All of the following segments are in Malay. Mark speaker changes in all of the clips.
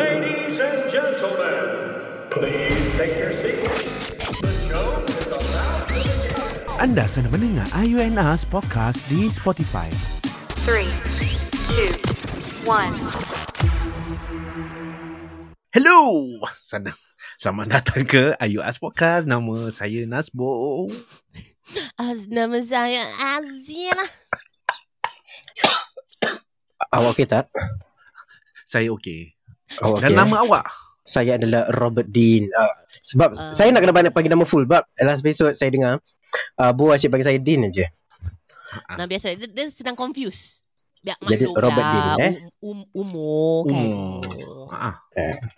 Speaker 1: Ladies and gentlemen, please take your seats. The show is about to begin.
Speaker 2: Anda sedang mendengar Ayu and Us podcast di Spotify.
Speaker 3: Three, two, one.
Speaker 2: Hello. Sana. Selamat datang ke Ayu Us podcast. Nama saya Nasbo.
Speaker 4: Az, nama saya Azia lah.
Speaker 5: Awak okey tak?
Speaker 2: Saya okey.
Speaker 5: Awak eh?
Speaker 2: Okay. Dan nama awak?
Speaker 5: Saya adalah Robert Dean. Uh, sebab
Speaker 4: Ah.
Speaker 5: uh. saya nak kena banyak panggil nama full. Sebab last episode saya dengar, uh, Bu asyik panggil saya Dean aja.
Speaker 4: Nah, biasa dia, dia sedang confused. Biar
Speaker 5: Ah. Jadi
Speaker 4: maklum
Speaker 5: Robert
Speaker 4: lah,
Speaker 5: Dean, eh?
Speaker 4: um, um, umur kan.
Speaker 5: Umur.
Speaker 2: Ha.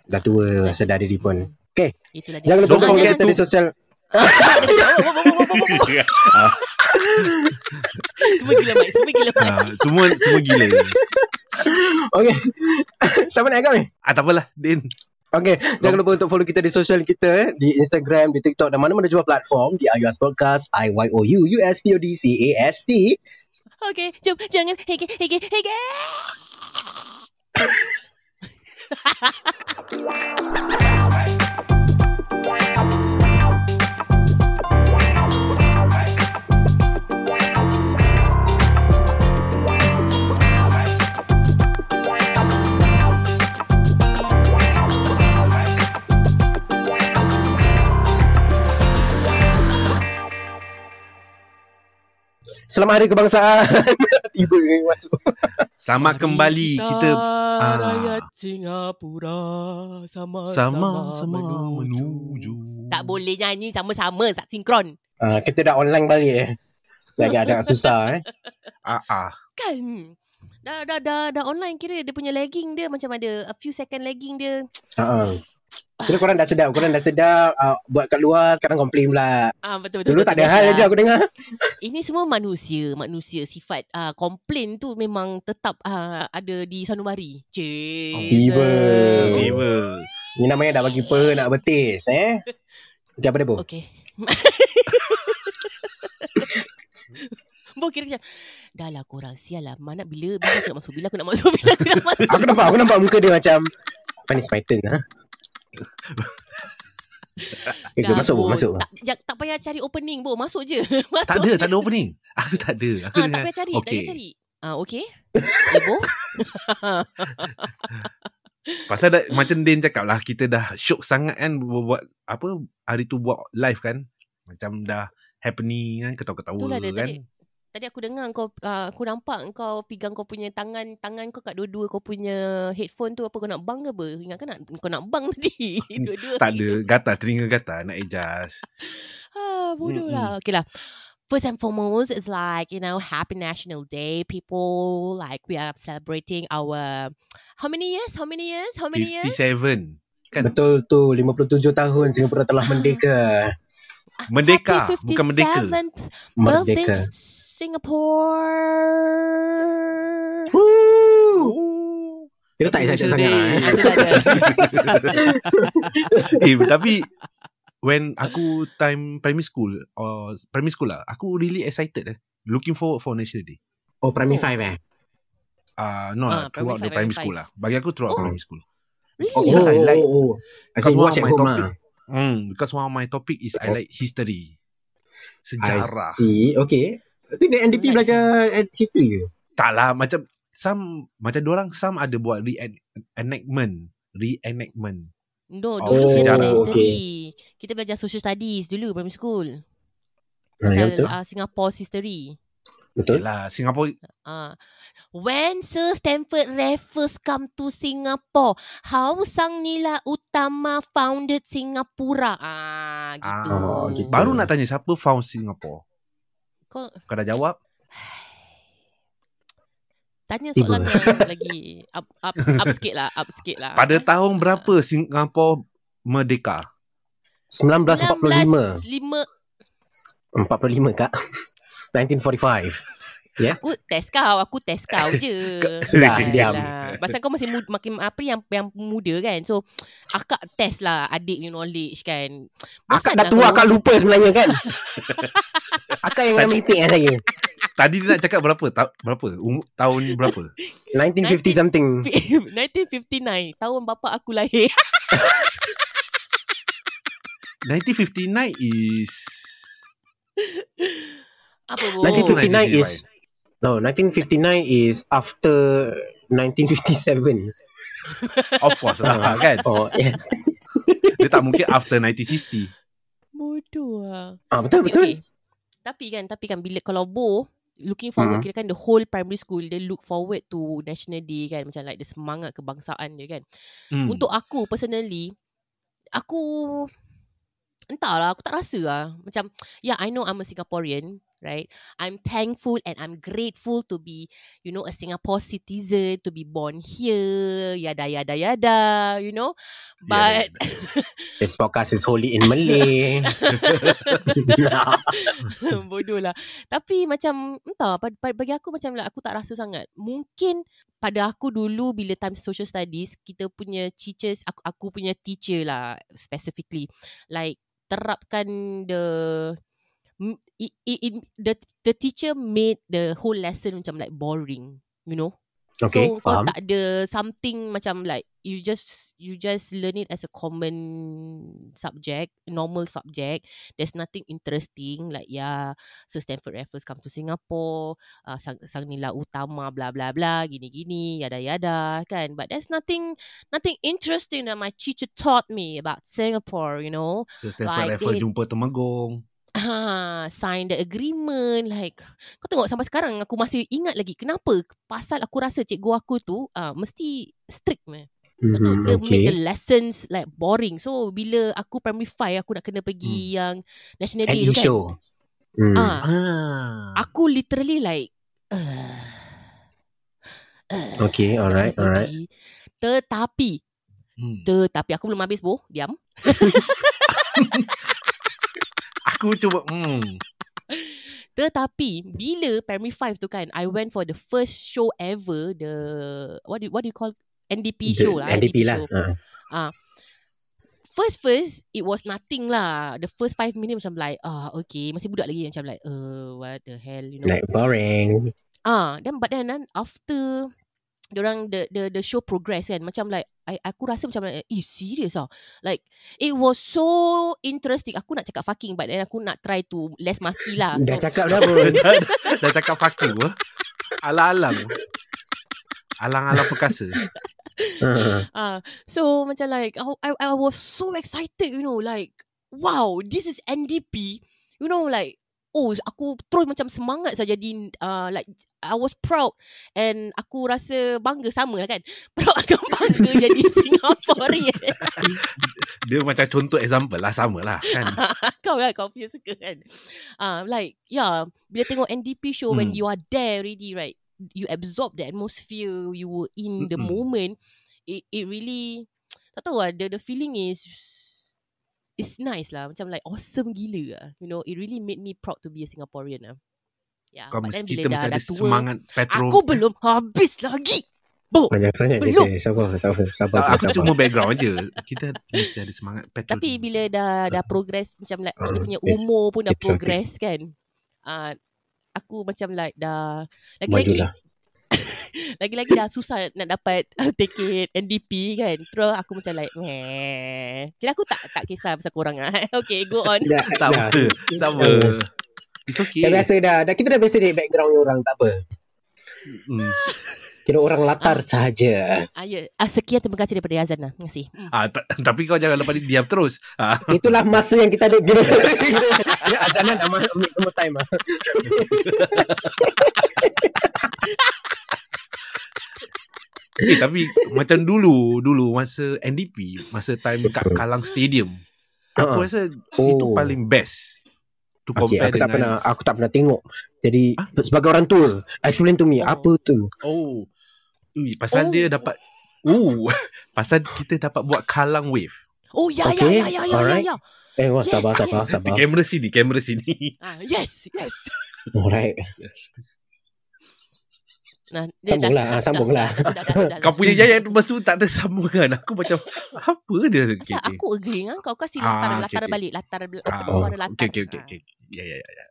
Speaker 5: Dah tua, sedar diri pun. Okey.
Speaker 4: Hmm. Itulah dia.
Speaker 5: Jangan lupa
Speaker 2: Don't
Speaker 5: follow
Speaker 2: forget
Speaker 5: kita
Speaker 2: to-
Speaker 5: di sosial.
Speaker 4: Semua gila Mike, semua gila Mike.
Speaker 2: ha. Semua semua gila.
Speaker 5: Okey. Sama nak agak ni?
Speaker 2: Ah, tak apalah, Din.
Speaker 5: Okey, jangan lupa untuk follow kita di sosial kita eh, di Instagram, di TikTok dan mana-mana jua platform di IUS Podcast, I Y O U U S P O D C A S T.
Speaker 4: Okey, jom jangan hege hege hege.
Speaker 5: Selamat Hari Kebangsaan. Tiba ni masuk.
Speaker 2: Selamat kembali kita ah.
Speaker 4: ah. rakyat Singapura sama-sama
Speaker 2: sama-sama menuju.
Speaker 4: Tak boleh nyanyi sama-sama, tak sinkron.
Speaker 5: Ah, kita dah online balik eh. Lagi ada susah eh.
Speaker 2: Ah, ah.
Speaker 4: Kan? Dah, dah, dah, dah online kira dia punya lagging dia macam ada a few second lagging dia.
Speaker 5: Ha. Kira korang dah sedap Korang dah sedap uh, Buat kat luar Sekarang komplain pula
Speaker 4: Ah betul betul.
Speaker 5: Dulu
Speaker 4: betul,
Speaker 5: tak ada
Speaker 4: biasa
Speaker 5: hal
Speaker 4: lah.
Speaker 5: je aku dengar
Speaker 4: Ini semua manusia, manusia sifat uh, komplain tu memang tetap uh, ada di sanubari. Cik.
Speaker 5: Tiba.
Speaker 2: Tiba.
Speaker 5: Ni namanya dah bagi per Nak betis eh Okay apa dia Bo
Speaker 4: Okey. Bo kira macam Dah lah korang Sial lah Mana bila Bila aku nak masuk Bila aku nak masuk Bila aku nak masuk
Speaker 5: Aku nampak Aku nampak muka dia macam Apa ni Python ha? Okay,
Speaker 4: Dah,
Speaker 5: masuk Bo
Speaker 4: Bo.
Speaker 5: Masuk Bo.
Speaker 4: tak, jak, tak payah cari opening Bo Masuk je masuk
Speaker 2: Tak ada,
Speaker 4: je.
Speaker 2: tak ada opening. Aku tak ada. Aku
Speaker 4: Ah, tak
Speaker 2: dengar.
Speaker 4: payah cari Tak
Speaker 2: Okey.
Speaker 4: payah cari Ah, okay. Eh, Bo.
Speaker 2: Pasal dah, macam Din cakap lah, kita dah syok sangat kan buat apa hari tu buat live kan. Macam dah happening kan, ketawa-ketawa
Speaker 4: Itulah lah, dia
Speaker 2: kan.
Speaker 4: tadi. Tadi aku dengar kau uh, aku nampak kau pegang kau punya tangan tangan kau kat dua-dua kau punya headphone tu apa kau nak bang ke apa? Ingat kan nak kau nak bang tadi. dua-dua.
Speaker 2: Tak ada gatal telinga gatal nak adjust.
Speaker 4: Ah, bodoh
Speaker 2: Mm-mm.
Speaker 4: lah. Okay lah. First and foremost, it's like, you know, Happy National Day, people. Like, we are celebrating our, how many years? How many years? How many years?
Speaker 2: 57 Kan?
Speaker 5: Betul tu 57 tahun Singapura telah merdeka
Speaker 2: Merdeka, bukan merdeka.
Speaker 4: Happy 57th
Speaker 5: Merdeka
Speaker 4: birthday, Singapore.
Speaker 5: Woo. Kira tak excited sangat lah eh.
Speaker 4: Ah, tu lah dia.
Speaker 2: eh, tapi when aku time primary school or primary school lah, aku really excited eh. Looking forward for National Day.
Speaker 5: Oh primary
Speaker 4: Oh.
Speaker 5: 5 eh
Speaker 2: Uh, no lah,
Speaker 4: Ah,
Speaker 2: throughout the
Speaker 4: primary five,
Speaker 2: primary
Speaker 4: primary
Speaker 2: school lah. Bagi aku throughout
Speaker 5: Oh.
Speaker 2: primary school.
Speaker 4: Really?
Speaker 2: Oh,
Speaker 5: Oh,
Speaker 2: because I like-
Speaker 5: oh, oh. I
Speaker 2: Because
Speaker 5: say
Speaker 2: one of
Speaker 5: watch at
Speaker 2: my
Speaker 5: home
Speaker 2: topic
Speaker 5: lah
Speaker 2: Hmm, because one of my topic is I like history.
Speaker 5: I
Speaker 2: Sejarah.
Speaker 5: Oh. see Okay Tapi dia NDP
Speaker 4: Like-
Speaker 5: belajar eh, history ke?
Speaker 2: Tak lah, macam some macam orang some ada buat reenactment, reenactment.
Speaker 4: No,
Speaker 2: Oh,
Speaker 4: dulu oh, kita belajar
Speaker 5: okay.
Speaker 4: history. Kita belajar social studies dulu, primary school.
Speaker 5: Ha, ya
Speaker 4: Pasal
Speaker 5: Ah, betul.
Speaker 4: uh, Singapore history.
Speaker 5: Betul.
Speaker 2: Yalah, Singapore
Speaker 4: Ah, when Sir Stamford Raffles come to Singapore, how Sang Nila Utama founded Singapura? Ah, gitu.
Speaker 2: Ah,
Speaker 5: oh, gitu.
Speaker 2: baru nak tanya siapa found Singapore.
Speaker 4: Kau
Speaker 2: Kau dah jawab?
Speaker 4: tanya
Speaker 5: Tiba.
Speaker 4: soalan yang lagi up, up, up sikit lah, up sikit lah.
Speaker 2: Pada tahun berapa Singapore merdeka?
Speaker 5: 1945.
Speaker 4: 1945.
Speaker 5: 45 kak. 1945.
Speaker 4: Aku test kau, aku test kau je.
Speaker 5: Sudah
Speaker 2: Okay.
Speaker 5: Ah, diam.
Speaker 4: Alah, Pasal kau masih muda, makin apa yang yang muda kan. So akak test lah adik you knowledge kan.
Speaker 5: Akak
Speaker 4: Bosan
Speaker 5: dah
Speaker 4: lah kalau-
Speaker 5: tua akak lupa sebenarnya kan. akak yang ambil meeting eh saya.
Speaker 2: Tadi dia nak cakap berapa? Ta- berapa? Um- tahun berapa?
Speaker 5: 1950 something
Speaker 4: 1959 Tahun bapa aku lahir
Speaker 2: 1959 is
Speaker 4: Apa pun
Speaker 5: 1959
Speaker 2: 1959
Speaker 5: is No 1959 is after 1957
Speaker 2: Of course lah kan
Speaker 5: Oh yes
Speaker 2: Dia tak mungkin after 1960
Speaker 4: Bodoh lah
Speaker 5: ah, Betul betul
Speaker 4: Okay. Tapi kan, tapi kan bila kalau Bo looking forward
Speaker 5: Mhm.
Speaker 4: kira kan the whole primary school dia look forward to National Day kan macam like the semangat kebangsaan dia kan.
Speaker 2: hmm.
Speaker 4: Untuk aku personally aku entahlah aku tak rasa lah macam yeah I know I'm a Singaporean right I'm thankful and I'm grateful to be you know a Singapore citizen to be born here yada yada yada you know
Speaker 2: Ya,
Speaker 4: but
Speaker 5: This podcast is wholly in Malay
Speaker 4: Bodoh lah Tapi macam Entah bag- bag- Bagi aku macam like, Aku tak rasa sangat Mungkin Pada aku dulu Bila time social studies Kita punya teachers Aku, aku punya teacher lah Specifically Like Terapkan the m- it, it, it, the the teacher made the whole lesson macam like boring you know
Speaker 5: Okay
Speaker 4: so
Speaker 5: faham
Speaker 4: kau tak ada something macam like you just you just learn it as a common subject, normal subject. There's nothing interesting like yeah, Sir Stamford Raffles come to Singapore, uh, sang, sang nila utama bla bla bla gini gini yada yada kan. But there's nothing nothing interesting that my teacher taught me about Singapore, you know.
Speaker 2: Sir Stamford
Speaker 4: Like
Speaker 2: Raffles
Speaker 4: it-
Speaker 2: jumpa Temenggung
Speaker 4: ha, sign the agreement like kau tengok sampai sekarang aku masih ingat lagi kenapa pasal aku rasa cikgu aku tu uh, mesti strict meh betul
Speaker 5: Mhm,
Speaker 4: dia
Speaker 5: Okay
Speaker 4: make the lessons like boring so bila aku primary 5 aku nak kena pergi yang national
Speaker 5: And
Speaker 4: day tu kan
Speaker 5: he Mm. show Hmm.
Speaker 4: ah
Speaker 2: ah.
Speaker 4: aku literally like uh, uh,
Speaker 5: Okay alright alright
Speaker 4: tetapi
Speaker 2: hmm.
Speaker 4: tetapi aku belum habis boh diam
Speaker 2: Aku cuba hmm.
Speaker 4: Tetapi bila primary 5 tu kan I went for the first show ever the what do what do you call NDP
Speaker 5: The
Speaker 4: show lah
Speaker 5: NDP lah
Speaker 4: show.
Speaker 5: Ah.
Speaker 4: First first it was nothing lah the first 5 minutes macam like ah okay masih budak lagi macam like uh, what the hell you know
Speaker 5: Like boring
Speaker 4: Ah, then but then, then after orang the the the show progress kan macam like I, aku rasa macam like eh serious ah like it was so interesting aku nak cakap fucking but then aku nak try to less maki lah
Speaker 5: Dah
Speaker 4: so
Speaker 5: cakap dah bro
Speaker 2: dah, dah cakap faku eh. Alang-alang Alang-alang perkasa
Speaker 5: Ah.
Speaker 4: Ah, so macam like I, I I was so excited, you know, like wow, this is NDP. You know like oh aku terus macam semangat saya jadi uh, like I was proud and aku rasa bangga sama lah kan. Proud akan bangga jadi Singaporean.
Speaker 2: Dia macam contoh example lah Sama lah kan
Speaker 4: kau kan kau punya suka kan. Uh, like yeah, bila tengok NDP show when
Speaker 2: Hmm.
Speaker 4: you are there already right, you absorb the atmosphere, you were in the
Speaker 2: Mm-mm.
Speaker 4: moment. It it really tak tahu lah, the, the feeling is it's nice lah. Macam like awesome gila lah. You know, it really made me proud to be a Singaporean lah. Yeah,
Speaker 2: Kau
Speaker 4: but
Speaker 2: mesti
Speaker 4: then
Speaker 2: kita
Speaker 4: bila
Speaker 2: mesti
Speaker 4: dah,
Speaker 2: ada
Speaker 4: dah tua,
Speaker 2: semangat Petro
Speaker 4: aku belum habis lagi. Bo.
Speaker 5: Banyak sangat dia
Speaker 4: Belum.
Speaker 5: kata Sabar tak apa Sabar
Speaker 2: Tak,
Speaker 5: bro,
Speaker 2: Ah, aku
Speaker 5: sabar.
Speaker 2: cuma background je. Kita mesti ada semangat petrol.
Speaker 4: Tapi bila dah dah progress macam like kita
Speaker 5: Ah,
Speaker 4: punya
Speaker 5: it's-
Speaker 4: umur pun dah
Speaker 5: it's healthy.
Speaker 4: progress kan. Uh, aku macam like dah lagi-lagi
Speaker 5: Majulah
Speaker 4: lagi-lagi dah susah nak dapat uh, tiket NDP kan. Terus aku macam like meh. Kira aku tak tak kisah pasal korang ah. okay, go on.
Speaker 5: Dah, dah.
Speaker 2: sama, sama.
Speaker 5: Dah.
Speaker 2: It's
Speaker 5: Dah
Speaker 2: okay.
Speaker 5: biasa dah. dah Kita dah biasa dari background orang Tak apa
Speaker 2: Hmm.
Speaker 5: Kira orang latar sahaja
Speaker 4: Ah, ya. ah, sekian terima kasih daripada Yazan lah. Terima kasih.
Speaker 2: Ah, ta- tapi kau jangan lepas dia diam terus. Ah,
Speaker 5: Itulah masa yang kita ada Kira kira- kira Azanan nak ma- ambil semua time lah
Speaker 2: eh, tapi macam dulu, dulu masa NDP, masa time kat Kalang Stadium, aku
Speaker 5: Ah.
Speaker 2: rasa
Speaker 5: Oh.
Speaker 2: itu paling best. To
Speaker 5: Okay,
Speaker 2: compare
Speaker 5: aku
Speaker 2: dengan
Speaker 5: tak
Speaker 2: Ah.
Speaker 5: pernah aku tak pernah tengok. Jadi sebagai orang tua, explain to me
Speaker 4: Oh.
Speaker 5: apa tu?
Speaker 2: Oh. Ui, pasal
Speaker 4: Oh.
Speaker 2: dia dapat Oh, pasal kita dapat buat Kalang Wave.
Speaker 4: Oh ya
Speaker 5: Okay,
Speaker 4: ya ya ya ya
Speaker 5: alright.
Speaker 4: ya. ya.
Speaker 5: Eh, wah,
Speaker 4: Yes,
Speaker 5: sabar,
Speaker 4: yes.
Speaker 5: sabar, sabar.
Speaker 2: Kamera sini, kamera sini.
Speaker 4: Ah, yes, yes.
Speaker 5: Alright.
Speaker 4: Nah,
Speaker 5: Sambung lah, ah, sambung lah.
Speaker 2: Kau punya jayat lepas tu tak tersambungkan. Aku macam, apa dia?
Speaker 4: Pasal
Speaker 2: Okay, okay.
Speaker 4: aku agree dengan kau Kau kasi
Speaker 2: Ah,
Speaker 4: latar,
Speaker 2: okay,
Speaker 4: latar
Speaker 2: okay.
Speaker 4: balik Latar, latar
Speaker 2: Ah,
Speaker 4: suara
Speaker 2: oh,
Speaker 4: latar
Speaker 2: Okay, okay,
Speaker 4: Ah.
Speaker 2: okay. okay. Ya, ya, ya. ya.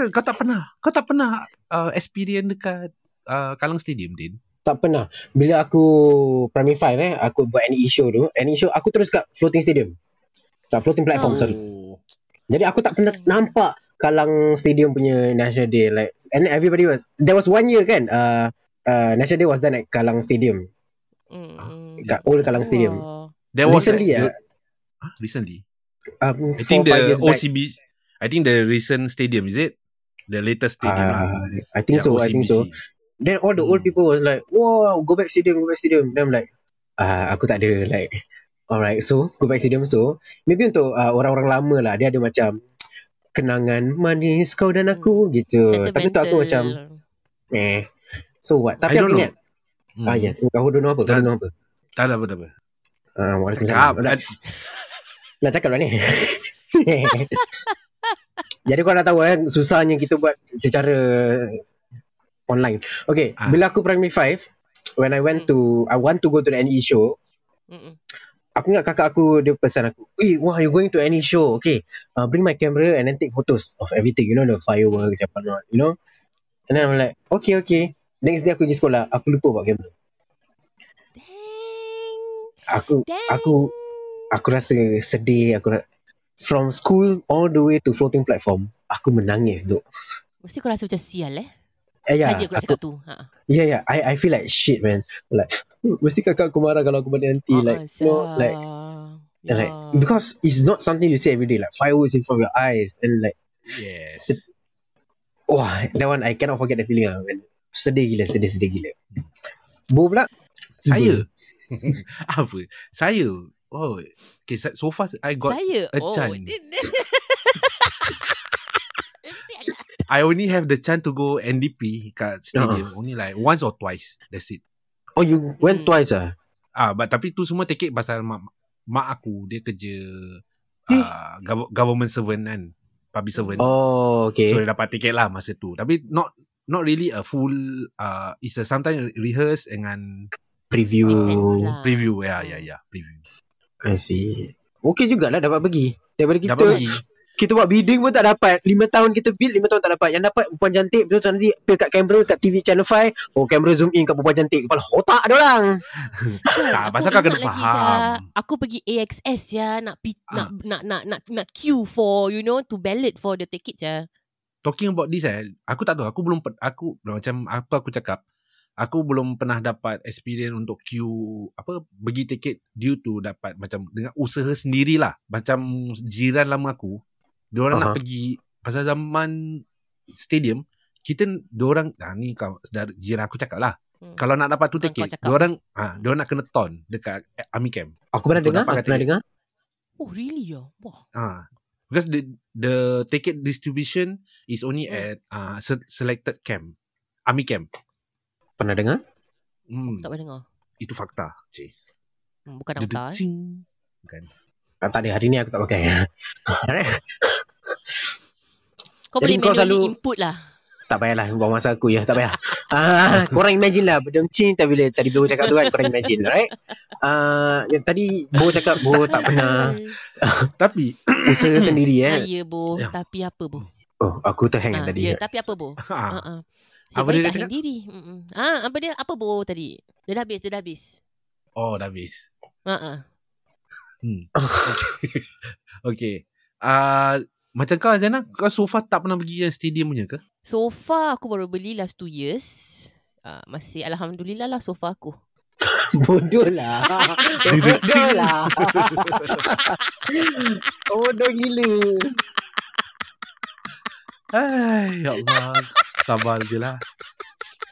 Speaker 2: Kau- Kau tak pernah Kau tak pernah uh, Experience dekat uh, Kallang Stadium Din
Speaker 5: Tak pernah. Bila aku primary five eh, aku buat any show tu, any show aku terus kat floating stadium. Tak floating
Speaker 2: Hmm.
Speaker 5: platform,
Speaker 4: Oh.
Speaker 5: sorry. Jadi aku tak pernah nampak Kalang Stadium punya National Day like and everybody was there was one year kan uh, uh, National Day was done at Kalang Stadium
Speaker 4: Mm, mm.
Speaker 5: kat old Kalang Stadium
Speaker 4: Wah.
Speaker 2: There was
Speaker 5: Recently,
Speaker 2: like,
Speaker 5: eh?
Speaker 2: huh? Recently
Speaker 5: um,
Speaker 2: I
Speaker 5: four,
Speaker 2: think
Speaker 5: five
Speaker 2: the
Speaker 5: years back
Speaker 2: OCB I think the recent stadium is it The latest stadium lah
Speaker 5: uh, I think
Speaker 2: Yeah,
Speaker 5: so I think
Speaker 2: OCBC.
Speaker 5: so then all the
Speaker 2: Hmm.
Speaker 5: old people was like wow go back stadium go back stadium then I'm like ah aku tak ada like alright so go back stadium so maybe untuk uh, orang-orang lama lah dia ada macam kenangan manis kau dan aku
Speaker 2: Hmm.
Speaker 5: gitu tapi tu
Speaker 4: Sentimental.
Speaker 5: aku macam eh so what
Speaker 2: I
Speaker 5: tapi
Speaker 2: don't
Speaker 5: aku
Speaker 2: know
Speaker 5: ingat
Speaker 2: Hmm.
Speaker 5: Ah ya, kau don't know apa? Kau
Speaker 2: Dah-
Speaker 5: don't know apa?
Speaker 2: Tak ada apa-apa
Speaker 5: Ah,
Speaker 2: Cakap
Speaker 5: Waalaikumsalam. Dah, dah cakap lah ni. Jadi kau dah tahu eh susahnya kita buat secara online. Okay,
Speaker 2: Ah.
Speaker 5: bila aku primary 5, when I went to I want to go to the NE show,
Speaker 4: Mm-mm.
Speaker 5: aku ingat kakak aku dia pesan aku, "Eh, wah you going to NE show. Okay, uh, bring my camera and then take photos of everything, you know the fireworks and whatnot, you know." And then I'm like, "Okay, okay." Next day aku pergi sekolah, aku lupa bawa kamera.
Speaker 4: Dang.
Speaker 5: Aku
Speaker 4: Dang.
Speaker 5: Aku- aku rasa sedih aku ra- from school all the way to floating platform aku menangis duk
Speaker 4: Mesti kau rasa macam sial eh.
Speaker 5: eh ya
Speaker 4: Saja aku nak
Speaker 5: aku
Speaker 4: cakap tu. Ha.
Speaker 5: ya ya I I feel like shit man like hmm, mesti kakak aku marah kalau aku balik nanti
Speaker 4: Ah,
Speaker 5: like
Speaker 4: sial.
Speaker 5: you know, like
Speaker 4: Ya.
Speaker 5: like because it's not something you see every day like fireworks in front of your eyes and like
Speaker 2: Yes
Speaker 5: se- wah that one I cannot forget the feeling ah man sedih gila sedih sedih gila Bo pula
Speaker 2: Saya Apa Saya Oh Okay so- so far I got
Speaker 4: saya
Speaker 2: a
Speaker 4: oh.
Speaker 2: chance. I only have the chance to go NDP kat stadium.
Speaker 5: Uh-huh.
Speaker 2: Only like once or twice. That's it.
Speaker 5: oh you went
Speaker 4: Hmm.
Speaker 5: twice ah
Speaker 2: Ah, but tapi tu semua tiket pasal mak, mak aku dia kerja
Speaker 5: Eh.
Speaker 2: ah, gov- government servant kan. Public servant. So
Speaker 5: oh okay
Speaker 2: dia dapat tiket lah masa tu. Tapi not not really a full uh, it's a sometimes rehearse dengan
Speaker 5: preview
Speaker 4: Depends
Speaker 5: Hmm.
Speaker 4: lah.
Speaker 2: preview ya ya ya preview.
Speaker 5: I see okay jugalah dapat pergi daripada kita
Speaker 2: Dapat pergi.
Speaker 5: kita buat bidding pun tak dapat 5 tahun kita bid 5 tahun tak dapat yang dapat perempuan cantik betul nanti pergi kat kamera kat TV channel 5 oh kamera zoom in kat perempuan cantik kepala otak dia orang
Speaker 2: Tak,
Speaker 4: Aku
Speaker 2: pasal kau
Speaker 4: ingat
Speaker 2: kena
Speaker 4: lagi,
Speaker 2: faham.
Speaker 4: Syah. Aku pergi AXS ya nak pi,
Speaker 2: Ah.
Speaker 4: nak, nak nak nak nak queue for you know to ballot for the ticket ya.
Speaker 2: talking about this eh, aku tak tahu, aku belum pe- aku macam apa aku cakap. Aku belum pernah dapat experience untuk queue apa bagi tiket due to dapat macam dengan usaha sendirilah. Macam jiran lama aku, diorang uh-huh. nak
Speaker 5: Aha.
Speaker 2: pergi pasal zaman stadium kita diorang nah ni kau saudara jiran aku cakap lah.
Speaker 4: Hmm.
Speaker 2: Kalau nak dapat tu
Speaker 4: Bukan kau
Speaker 2: tiket,
Speaker 4: cakap.
Speaker 2: diorang ah ha, diorang nak kena ton dekat army camp.
Speaker 5: aku pernah
Speaker 2: Betul
Speaker 5: dengar
Speaker 2: dapat
Speaker 5: aku
Speaker 2: kat
Speaker 5: pernah
Speaker 2: TV.
Speaker 5: dengar
Speaker 4: Oh really ya? Wah.
Speaker 2: Ah, because the the ticket distribution is only
Speaker 4: Hmm.
Speaker 2: at uh, se- selected camp, army camp.
Speaker 5: pernah dengar
Speaker 2: Hmm,
Speaker 4: Tak pernah dengar.
Speaker 2: itu fakta. Cik.
Speaker 4: Hmm, Bukan
Speaker 2: Dia
Speaker 4: nak
Speaker 2: tu
Speaker 4: tahu. Eh.
Speaker 2: cing.
Speaker 5: ah, tak ada hari ni aku tak pakai
Speaker 4: Kau
Speaker 5: Jadi
Speaker 4: boleh
Speaker 5: kau
Speaker 4: manually
Speaker 5: selalu-
Speaker 4: input lah.
Speaker 5: tak payahlah buang masa aku ya tak payah ah, korang imagine lah benda macam tadi bila tadi Bo cakap tu kan korang imagine right ah, yang tadi Bo cakap Bo tak pernah
Speaker 2: Tapi
Speaker 5: usaha sendiri eh
Speaker 4: Ya yeah. boh,
Speaker 2: Ya.
Speaker 4: tapi apa boh?
Speaker 5: oh aku terhang
Speaker 2: kan
Speaker 4: Ah,
Speaker 5: tadi
Speaker 4: ya, tapi apa boh? Ha
Speaker 2: ha,
Speaker 4: ah.
Speaker 2: Apa
Speaker 4: Sebab
Speaker 2: dia
Speaker 4: tak
Speaker 2: cakap?
Speaker 4: hang diri. Mm-mm. Ah, apa dia? Apa boh tadi? Dia dah habis, dia dah habis.
Speaker 2: oh dah habis.
Speaker 4: Ha ah.
Speaker 2: Okay. Ah, macam kau Azana, kau so far tak pernah pergi yang stadium punya ke?
Speaker 4: So far aku baru beli last 2 years. Uh, masih alhamdulillah lah so far aku.
Speaker 5: Bodoh lah Bodoh lah Bodoh gila
Speaker 2: Hai, ya Allah. Sabar je lah.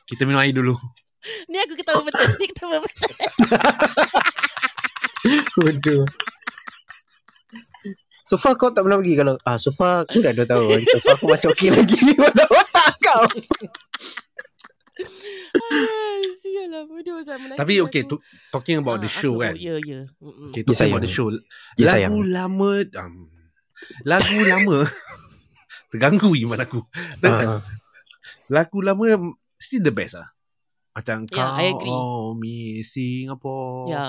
Speaker 2: Kita minum air dulu.
Speaker 4: Ni aku ketawa betul. Ni ketawa betul.
Speaker 5: Bodoh So far kau tak pernah pergi kalau ah so far aku dah 2 tahun. So far aku masih okey lagi. Bodoh otak kau.
Speaker 4: Ay, sial lah bodoh saya menangis.
Speaker 2: Tapi okay, to,
Speaker 4: aku.
Speaker 2: talking about
Speaker 4: Ah,
Speaker 2: the show
Speaker 4: aku-
Speaker 2: kan.
Speaker 4: Ya, ya. Mm-mm.
Speaker 2: Okay,
Speaker 5: Ya,
Speaker 2: talking about
Speaker 5: sayang.
Speaker 2: the show.
Speaker 5: Ya, sayang.
Speaker 2: lagu lama um, lagu lama terganggu iman aku.
Speaker 5: Ah,
Speaker 2: Lagu lama um, still the best lah. Macam
Speaker 4: Ya,
Speaker 2: kau
Speaker 4: I agree.
Speaker 2: oh me Singapore.
Speaker 5: Oh.
Speaker 4: Ya.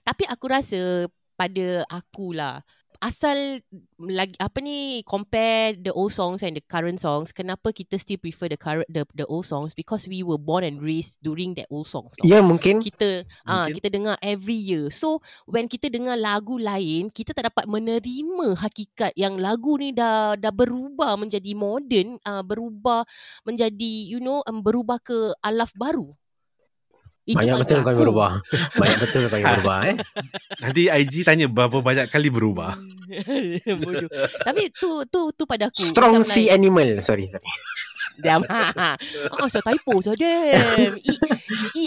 Speaker 4: Tapi aku rasa pada aku lah asal lagi apa ni compare the old songs and the current songs kenapa kita still prefer the current the, the old songs because we were born and raised during that old songs tau.
Speaker 5: Ya mungkin
Speaker 4: kita ah
Speaker 2: Mungkin.
Speaker 4: kita dengar every year so when kita dengar lagu lain kita tak dapat menerima hakikat yang lagu ni dah dah berubah menjadi modern ah berubah menjadi you know um, berubah ke alaf baru Itu
Speaker 5: banyak
Speaker 4: tak
Speaker 5: betul kau yang
Speaker 4: berlaku.
Speaker 5: berubah. banyak betul kau yang berubah eh.
Speaker 2: Nanti IG tanya berapa banyak kali berubah.
Speaker 4: Bodoh. Tapi tu tu tu pada aku.
Speaker 5: Strong
Speaker 4: Macam
Speaker 5: sea
Speaker 4: like,
Speaker 5: animal. Sorry sorry.
Speaker 4: Diam. Ah, saya typo saja. E,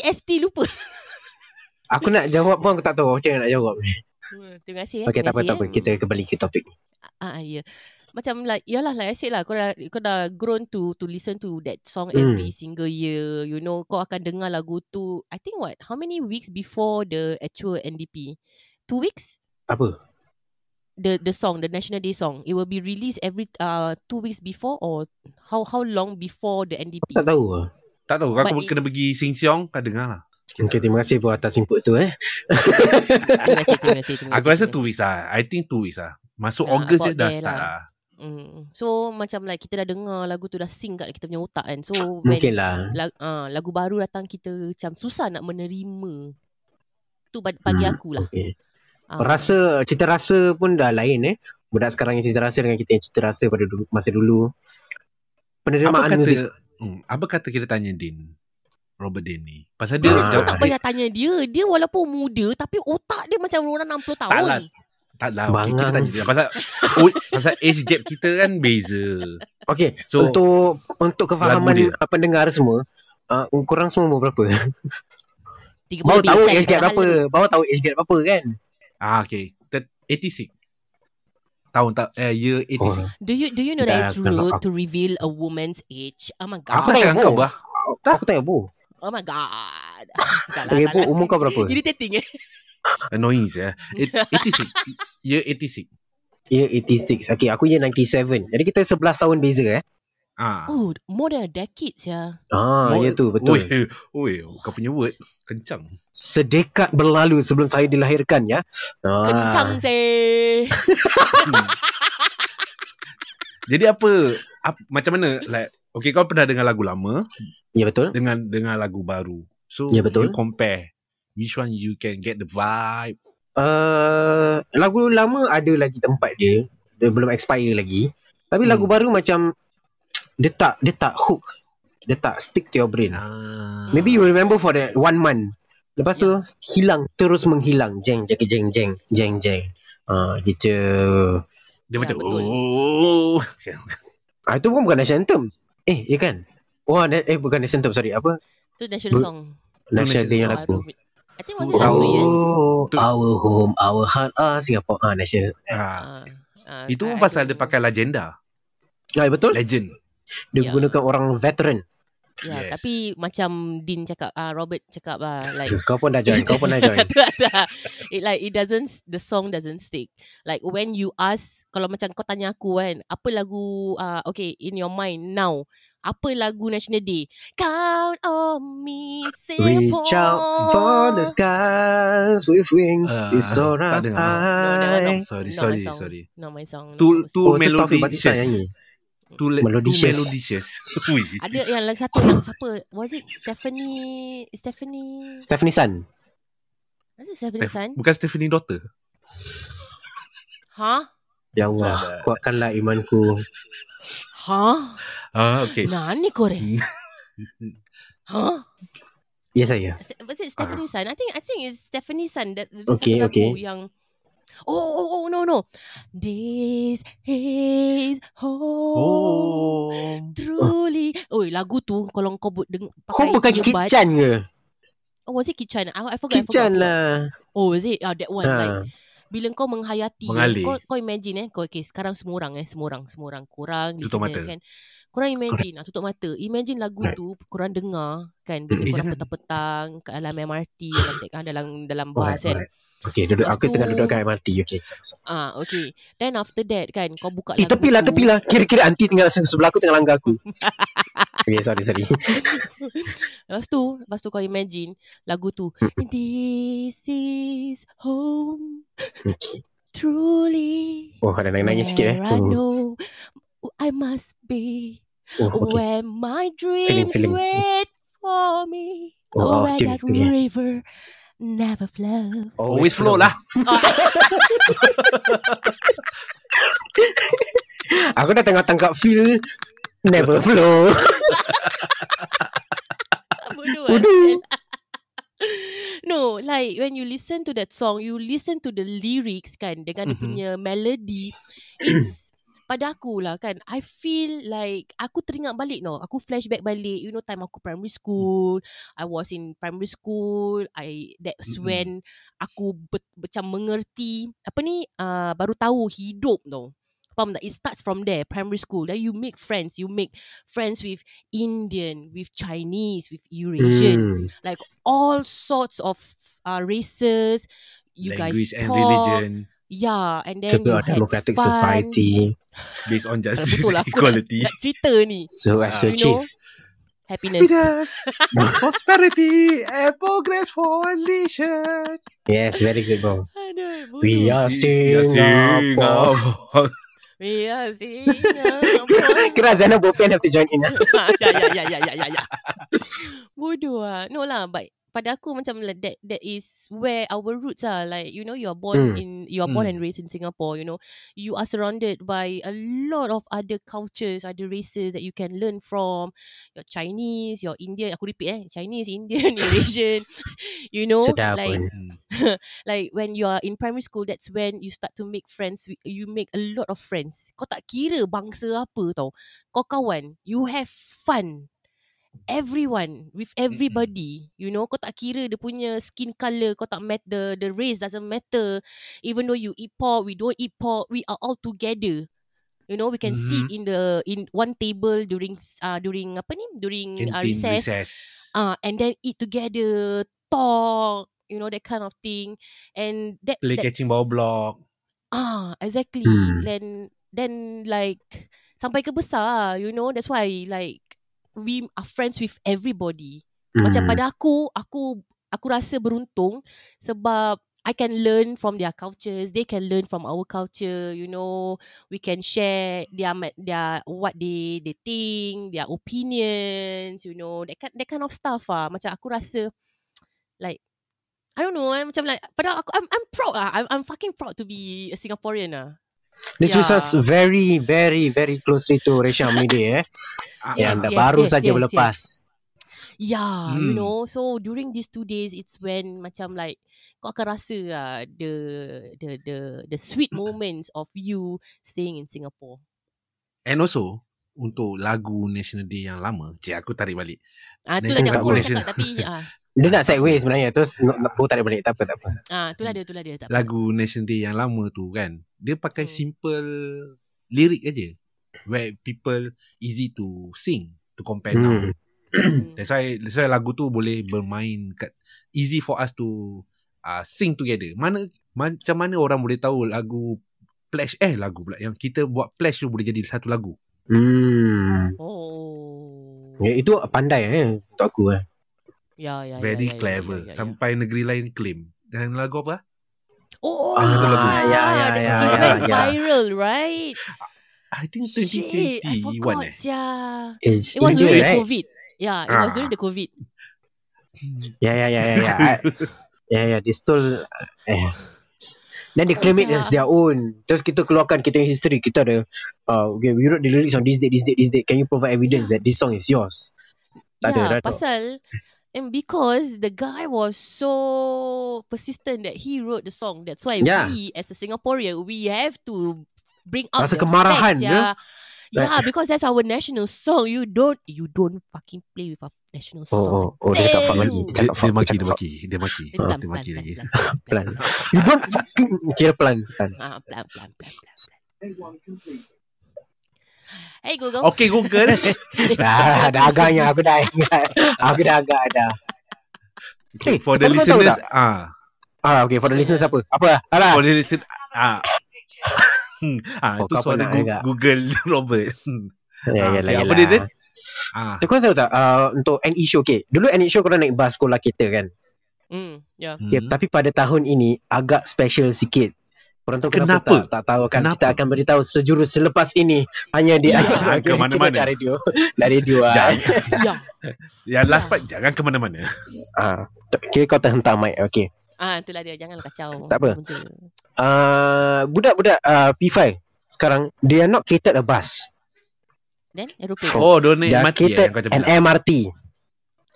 Speaker 4: EST lupa.
Speaker 5: Aku nak jawab pun aku tak tahu macam mana nak jawab.
Speaker 4: Terima kasih. Eh.
Speaker 5: Okey tak apa
Speaker 4: terima kasih,
Speaker 5: tak apa.
Speaker 4: eh.
Speaker 5: Kita kembali ke topik.
Speaker 4: Ah, ya. Yeah. Macam like Yalah like I said lah Kau dah, kau dah grown to To listen to that song
Speaker 5: Hmm.
Speaker 4: Every single year You know Kau akan dengar lagu tu I think what How many weeks before The actual NDP Two weeks
Speaker 5: Apa?
Speaker 4: The the song The National Day song It will be released every uh, Two weeks before Or how how long before The NDP
Speaker 5: Aku tak tahu.
Speaker 2: Tak tahu aku
Speaker 4: But
Speaker 2: kena
Speaker 4: it's-
Speaker 2: pergi Sing Siong kau dengar lah.
Speaker 5: Okey terima kasih pun atas input tu eh.
Speaker 4: Terima kasih, terima kasih, terima kasih.
Speaker 2: Aku rasa
Speaker 4: terima
Speaker 2: two weeks lah. I think two weeks lah. Masuk
Speaker 4: Ya,
Speaker 2: Ogos August je
Speaker 4: about
Speaker 2: dah
Speaker 4: there
Speaker 2: start
Speaker 4: lah.
Speaker 2: lah.
Speaker 4: kasih. Mm. So macam like kita dah dengar lagu tu dah sing kat kita punya otak kan. So when
Speaker 5: Mungkin lah.
Speaker 4: lag, uh, lagu baru datang kita macam susah nak menerima. Tu bag-
Speaker 5: Hmm.
Speaker 4: bagi aku lah.
Speaker 5: Okey.
Speaker 4: Ah.
Speaker 5: Rasa cita rasa pun dah lain eh. Budak sekarang yang cita rasa dengan kita yang cita rasa pada dulu, masa dulu.
Speaker 2: Apa
Speaker 5: Penerimaan
Speaker 2: kata
Speaker 5: muzik.
Speaker 2: hmm, apa kata kita tanya Din? Robert Din ni. Pasal dia
Speaker 5: Ah,
Speaker 4: Kau
Speaker 2: jawab
Speaker 4: tak payah tanya dia. Dia walaupun muda tapi otak dia macam orang 60 tahun.
Speaker 2: Tak lah. Tak lah okay, Kita
Speaker 5: Bangang.
Speaker 2: tanya dia Pasal oh, Pasal age gap kita kan Beza
Speaker 5: Okey,
Speaker 2: So Untuk
Speaker 5: untuk untuk kefahaman
Speaker 2: dia.
Speaker 5: uh, pendengar semua, uh, korang semua umur berapa?
Speaker 4: 30
Speaker 5: Baru
Speaker 4: lebih,
Speaker 5: tahu
Speaker 4: kan?
Speaker 5: age gap
Speaker 4: Padahal lebih.
Speaker 5: berapa? Baru tahu age gap berapa kan?
Speaker 2: ah, Okay Ter- 86 Tahun tak eh, Year 86
Speaker 5: Oh,
Speaker 2: oh,
Speaker 4: Do you do you know
Speaker 5: Dah,
Speaker 4: that it's
Speaker 5: aku nak-
Speaker 4: rude to reveal a woman's age? Oh my
Speaker 2: Aku
Speaker 4: god.
Speaker 5: Apa
Speaker 2: tak
Speaker 5: tak
Speaker 2: cakap
Speaker 5: tahu.
Speaker 2: kau ah. bah
Speaker 5: tak. Aku tanya Bu.
Speaker 4: Oh my god. Ah, tak lah.
Speaker 5: Okay, Bu, Eh, umur kau berapa?
Speaker 4: Irritating eh.
Speaker 2: Annoying saya Eh, 86 Year 86
Speaker 5: Ya, 86. Okay, aku ya 97. Jadi kita 11 tahun beza eh.
Speaker 2: Ah,
Speaker 4: Oh, more than a decade ya.
Speaker 5: Ah, ya tu, betul.
Speaker 2: Oi, oi, kau punya word kencang.
Speaker 5: Sedekat berlalu sebelum saya dilahirkan ya. Ah.
Speaker 4: Kencang seh.
Speaker 2: Hmm. Jadi apa, apa macam mana like okay kau pernah dengar lagu lama
Speaker 5: Ya betul.
Speaker 2: dengan dengan lagu baru. So
Speaker 5: Ya, betul.
Speaker 2: you compare which one you can get the vibe.
Speaker 5: Uh, lagu lama ada lagi tempat dia. Dia belum expire lagi. Tapi
Speaker 2: Hmm.
Speaker 5: lagu baru macam dia tak dia tak hook. Dia tak stick to your brain.
Speaker 2: Ah.
Speaker 5: Maybe you remember for that one month. Lepas tu hilang terus menghilang. Jeng jeng jeng jeng jeng jeng. Ah uh, gitu.
Speaker 2: dia
Speaker 4: Ya,
Speaker 2: macam
Speaker 4: betul.
Speaker 2: oh.
Speaker 5: Ah itu pun bukan national anthem. Eh, ya kan? Wah, na- eh bukan national anthem, sorry. Apa?
Speaker 4: Tu national
Speaker 5: Ber-
Speaker 4: song.
Speaker 5: National
Speaker 2: national
Speaker 5: Day yang
Speaker 2: song.
Speaker 5: lagu.
Speaker 4: Baru. I think was it last two years.
Speaker 5: Oh,
Speaker 2: Tu-
Speaker 5: our home, our heart, ah Singapore, ah national.
Speaker 2: Ah.
Speaker 4: Ah, ah,
Speaker 2: Itu pun
Speaker 4: I- I
Speaker 2: pasal dia
Speaker 4: don't-
Speaker 2: pakai legenda.
Speaker 5: Ah betul.
Speaker 2: Legend.
Speaker 5: Dia
Speaker 4: Ya.
Speaker 5: gunakan orang veteran.
Speaker 2: Yes.
Speaker 4: Ya, yes. tapi macam Din cakap, ah Robert cakap ah like
Speaker 5: Eh, Kau pun dah join, kau pun dah join.
Speaker 4: tak, tak. It like it doesn't the song doesn't stick. Like when you ask kalau macam kau tanya aku kan, apa lagu uh, okay in your mind now? Apa lagu National Day? Count on me,
Speaker 5: Reach out for the skies with wings.
Speaker 2: Ah,
Speaker 5: It's so
Speaker 2: tak dengar.
Speaker 4: No,
Speaker 5: right.
Speaker 2: Sorry,
Speaker 4: Not
Speaker 2: sorry,
Speaker 4: my song.
Speaker 2: sorry.
Speaker 4: No my song.
Speaker 2: Two
Speaker 4: not my song.
Speaker 2: two
Speaker 5: Oh, tu Taufik Batisah nyanyi.
Speaker 2: melodicious. Two, le- two
Speaker 5: Melodicious.
Speaker 2: melodicious. Ui.
Speaker 4: Ada yang lagi satu yang siapa? Was it Stephanie? Stephanie?
Speaker 5: Stephanie Sun.
Speaker 4: Was it Stephanie Sun?
Speaker 2: Bukan Stephanie Daughter.
Speaker 4: Huh?
Speaker 5: Ya Allah,
Speaker 2: Tak, tak.
Speaker 5: kuatkanlah imanku.
Speaker 4: Huh?
Speaker 2: Ah, okay.
Speaker 4: Nani korang? huh?
Speaker 5: Ya saya.
Speaker 4: Ste- Was it Stephanie Sun? I think I think it's Stephanie Sun that that
Speaker 5: Okay,
Speaker 4: satu lagu
Speaker 5: okay.
Speaker 4: yang Oh oh oh no no. This is home.
Speaker 2: Oh.
Speaker 4: Truly. Oi, lagu tu kalau kau buat deng- pakai
Speaker 5: Kau bukan
Speaker 4: earbud-
Speaker 5: Kitchan ke?
Speaker 4: Oh, was it Kitchen? I, I forgot. I forgot, I
Speaker 5: Kitchan
Speaker 4: forgot.
Speaker 5: lah.
Speaker 4: Oh, is it? Ah, that one. Like,
Speaker 5: Ha.
Speaker 4: bila kau menghayati
Speaker 2: Mengalir.
Speaker 4: kau kau imagine eh kau okay, sekarang semua orang eh semua orang semua orang kurang
Speaker 2: Tutup mata.
Speaker 4: kan korang imagine ah, tutup mata imagine lagu
Speaker 5: Right.
Speaker 4: tu korang dengar kan bila
Speaker 5: Eh,
Speaker 4: korang
Speaker 2: jangan. petang
Speaker 4: petang-petang kat dalam MRT dalam tek- ah, dalam dalam bas
Speaker 5: Alright,
Speaker 4: kan
Speaker 5: alright. Okay, duduk.
Speaker 4: Lepas
Speaker 5: Aku
Speaker 4: tu-
Speaker 5: tengah duduk kat MRT. Okay.
Speaker 4: ah okay then after that kan kau buka
Speaker 5: Eh,
Speaker 4: lagu
Speaker 5: tepi lah,
Speaker 4: tu
Speaker 5: tepi lah. Kira-kira anti tengah sebelah aku tengah langgar aku. okay, sorry, sorry.
Speaker 4: lepas tu lepas tu kau
Speaker 5: Hmm.
Speaker 4: imagine lagu tu this is home
Speaker 5: Okay.
Speaker 4: truly
Speaker 5: Oh ada nangis-nangis sikit eh
Speaker 4: where I
Speaker 5: oh.
Speaker 4: know I must be
Speaker 5: oh, okay.
Speaker 4: Where my dreams
Speaker 5: feeling.
Speaker 4: wait for me.
Speaker 5: Oh,
Speaker 4: where
Speaker 5: okay,
Speaker 4: that
Speaker 5: Oh. feeling.
Speaker 4: river never flows.
Speaker 2: Always flow lah
Speaker 5: Aku dah tengah tangkap feel Never flow
Speaker 4: Bodoh,
Speaker 5: Bodoh.
Speaker 4: eh? No, like when you listen to that song, you listen to the lyrics kan
Speaker 2: Mhm.
Speaker 4: dengan mm-hmm. punya melody. It's pada aku lah kan. I feel like aku teringat balik no. Aku flashback balik. You know time aku primary school. I was in primary school. I that's
Speaker 2: Mm-mm.
Speaker 4: mm-hmm. when aku ber, macam mengerti apa ni uh, baru tahu hidup tau. Faham tak? It starts from there, primary school. Then you make friends. You make friends with Indian, with Chinese, with Eurasian
Speaker 5: hmm.
Speaker 4: all sorts of uh, races. You
Speaker 2: Language
Speaker 4: guys
Speaker 2: and
Speaker 4: talk,
Speaker 2: religion
Speaker 4: Yeah, and then
Speaker 5: Tapi
Speaker 4: you
Speaker 5: a
Speaker 4: had
Speaker 5: democratic
Speaker 4: fun.
Speaker 5: society
Speaker 2: Based on justice
Speaker 4: betul
Speaker 2: and
Speaker 4: lah, aku
Speaker 2: equality
Speaker 4: Nak cerita ni.
Speaker 5: So as your
Speaker 4: You
Speaker 5: chief
Speaker 4: know, happiness.
Speaker 2: prosperity and progress for our nation
Speaker 5: Yes very good bro
Speaker 4: Aduh,
Speaker 5: We
Speaker 4: bodoh.
Speaker 5: are
Speaker 2: Yes,
Speaker 5: Singapore
Speaker 2: Singapore.
Speaker 4: We are Singapore.
Speaker 5: Kira Zainal Bopian have to join in lah
Speaker 4: ya, ya, ya, ya, ya, ya, ya. Bodoh lah. No lah, but pada aku macam like that that is where our roots are like you know you are born
Speaker 5: Mm.
Speaker 4: in you are born
Speaker 2: Mm.
Speaker 4: and raised in Singapore you know you are surrounded by a lot of other cultures other races that you can learn from your Chinese your Indian aku repeat eh Chinese Indian Eurasian you know
Speaker 5: Sedap
Speaker 4: like
Speaker 5: pun
Speaker 2: Hmm.
Speaker 4: like when you are in primary school that's when you start to make friends with- you make a lot of friends kau tak kira bangsa apa tau kau kawan you have fun everyone with everybody you know kau tak kira dia punya skin colour kau tak matter the race doesn't matter even though you eat pork we don't eat pork we are all together you know we can
Speaker 2: Mhm.
Speaker 4: sit in the in one table during uh, during apa ni during uh,
Speaker 2: Canteen
Speaker 4: recess
Speaker 2: recess.
Speaker 4: uh, and then eat together, talk, you know that kind of thing, and that
Speaker 2: Play
Speaker 4: that's-
Speaker 2: catching bawah blok.
Speaker 4: Ah, exactly.
Speaker 5: Hmm.
Speaker 4: Then then like sampai ke besar, you know that's why like we are friends with everybody. Macam
Speaker 5: Hmm.
Speaker 4: pada aku, aku aku rasa beruntung sebab I can learn from their cultures, they can learn from our culture, you know. We can share their ma- their what they they think, their opinions, you know. That kind that kind of stuff ah. Macam aku rasa like I don't know, eh, macam like pada aku I'm I'm proud ah. I'm I'm fucking proud to be a Singaporean ah.
Speaker 5: This
Speaker 4: Yeah.
Speaker 5: was us very, very, very closely to Resha Midi eh.
Speaker 2: Ah,
Speaker 5: Yang
Speaker 4: Yes,
Speaker 5: dah
Speaker 4: yes,
Speaker 5: baru
Speaker 4: yes,
Speaker 5: saja
Speaker 4: yes,
Speaker 5: berlepas.
Speaker 4: Yeah,
Speaker 2: Hmm.
Speaker 4: you know. So during these two days, it's when macam like kau akan rasa uh, the the the the sweet moments of you staying in Singapore.
Speaker 2: And also, untuk lagu National Day yang lama, cik aku tarik balik.
Speaker 4: Ah, tu
Speaker 2: Then
Speaker 4: lah dia aku
Speaker 5: kau tak
Speaker 4: nak
Speaker 2: boleh.
Speaker 4: cakap tapi ah
Speaker 5: Dia nak sideways sebenarnya. Terus nak nak putar balik. Tak apa, tak apa.
Speaker 4: ah tu lah dia, tu lah dia. Tak apa.
Speaker 2: Lagu National Day yang lama tu kan, dia pakai
Speaker 4: Hmm.
Speaker 2: simple lirik aja. Where people easy to sing, to compare now.
Speaker 5: Hmm.
Speaker 4: Hmm.
Speaker 2: That's why, that's why lagu tu boleh bermain kat, easy for us to uh, sing together. Mana macam mana orang boleh tahu lagu Flash eh lagu pula yang kita buat Flash tu boleh jadi satu lagu.
Speaker 5: Hmm.
Speaker 4: Oh.
Speaker 5: Ya, itu pandai eh untuk aku eh.
Speaker 4: Ya, ya, ya,
Speaker 2: Very
Speaker 4: ya, ya,
Speaker 2: clever.
Speaker 4: ya, ya, ya.
Speaker 2: Sampai negeri lain claim. Dan lagu apa?
Speaker 4: Oh,
Speaker 5: Ah,
Speaker 4: ya,
Speaker 5: ya, ya,
Speaker 4: That-
Speaker 5: ya,
Speaker 4: It
Speaker 5: ya,
Speaker 4: went
Speaker 5: ya.
Speaker 4: viral, right?
Speaker 2: I think
Speaker 4: Shit, I
Speaker 2: 2021
Speaker 4: forgot,
Speaker 2: eh.
Speaker 4: yeah.
Speaker 5: It's
Speaker 4: It was
Speaker 5: India
Speaker 4: during the
Speaker 5: right?
Speaker 4: COVID. Yeah, it was
Speaker 2: Ah.
Speaker 4: during the COVID.
Speaker 5: Ya, ya, ya, ya. Ya, I- ya, ya. They stole. Eh. Then they claim it as their own. Terus kita keluarkan kita punya history. Kita ada. Uh, okay, we wrote the lyrics on this date, this date, this date. Can you provide evidence that this song is yours? Tak ada,
Speaker 4: yeah,
Speaker 5: dah tak.
Speaker 4: Ya, pasal and because the guy was so persistent that he wrote the song. That's why
Speaker 5: Yeah.
Speaker 4: we as a Singaporean we have to bring out
Speaker 5: Rasa
Speaker 4: the
Speaker 5: kemarahan,
Speaker 4: facts,
Speaker 5: ya?
Speaker 4: yeah. Yeah, because that's our national song. You don't you don't fucking play with our national
Speaker 5: Oh, oh,
Speaker 4: song.
Speaker 5: oh dia cakap fuck
Speaker 4: Damn
Speaker 5: lagi.
Speaker 4: you.
Speaker 5: Dia
Speaker 2: Dia,
Speaker 5: cakap fuck.
Speaker 2: dia maki, dia
Speaker 5: cakap fuck.
Speaker 2: maki, dia maki.
Speaker 4: Eh,
Speaker 2: Dia
Speaker 4: pelan,
Speaker 2: maki
Speaker 4: pelan, pelan,
Speaker 2: lagi.
Speaker 4: pelan,
Speaker 5: Pelan.
Speaker 4: pelan, pelan.
Speaker 5: You don't fucking kira pelan. pelan.
Speaker 4: Ah, pelan, pelan, pelan, pelan, pelan. Hey Google.
Speaker 2: Okay Google.
Speaker 5: Dah, Ah, dah agaknya aku dah ingat. Aku dah agak dah. Eh,
Speaker 2: for the
Speaker 5: tapi kau tahu
Speaker 2: listeners,
Speaker 5: tak?
Speaker 2: ah,
Speaker 5: Ah, okay, for the listeners apa? Apa? Alah.
Speaker 2: for the listen, ah, ah,
Speaker 5: Oh,
Speaker 2: itu
Speaker 5: kau pun
Speaker 2: suara
Speaker 5: nak
Speaker 2: Gu-
Speaker 5: agak.
Speaker 2: Google Robert.
Speaker 5: Ya,
Speaker 2: Ah, okay,
Speaker 5: ya, lah,
Speaker 2: apa dia, Din? Ah,
Speaker 5: So, kau tahu tak uh, untuk NE show okay. Dulu NE show korang naik bas sekolah kita kan.
Speaker 4: Mm, yeah.
Speaker 5: Okay,
Speaker 2: hmm.
Speaker 5: tapi pada tahun ini agak special sikit. Orang tahu kenapa,
Speaker 2: Kenapa?
Speaker 5: tak, tak tahu kan.
Speaker 2: Kenapa?
Speaker 5: Kita akan beritahu sejurus selepas ini hanya di
Speaker 2: Ya,
Speaker 5: Akhir
Speaker 2: ke mana-mana.
Speaker 5: Kita radio. Dari radio ah.
Speaker 2: Jangan.
Speaker 4: Ya.
Speaker 2: Yang last
Speaker 4: Ya.
Speaker 2: part jangan ke mana-mana.
Speaker 5: Ah, Kira kau terhentam mic. Okey.
Speaker 4: Ah, itulah dia. Janganlah kacau.
Speaker 5: Tak apa.
Speaker 4: Benda.
Speaker 5: Ah, budak-budak ah, P5 sekarang they are not catered a bus.
Speaker 4: Then, aeroplane.
Speaker 2: Oh,
Speaker 4: Oh.
Speaker 2: donate
Speaker 5: They are
Speaker 2: mati eh,
Speaker 5: catered
Speaker 2: yang kau
Speaker 5: an
Speaker 2: cakap.
Speaker 5: MRT.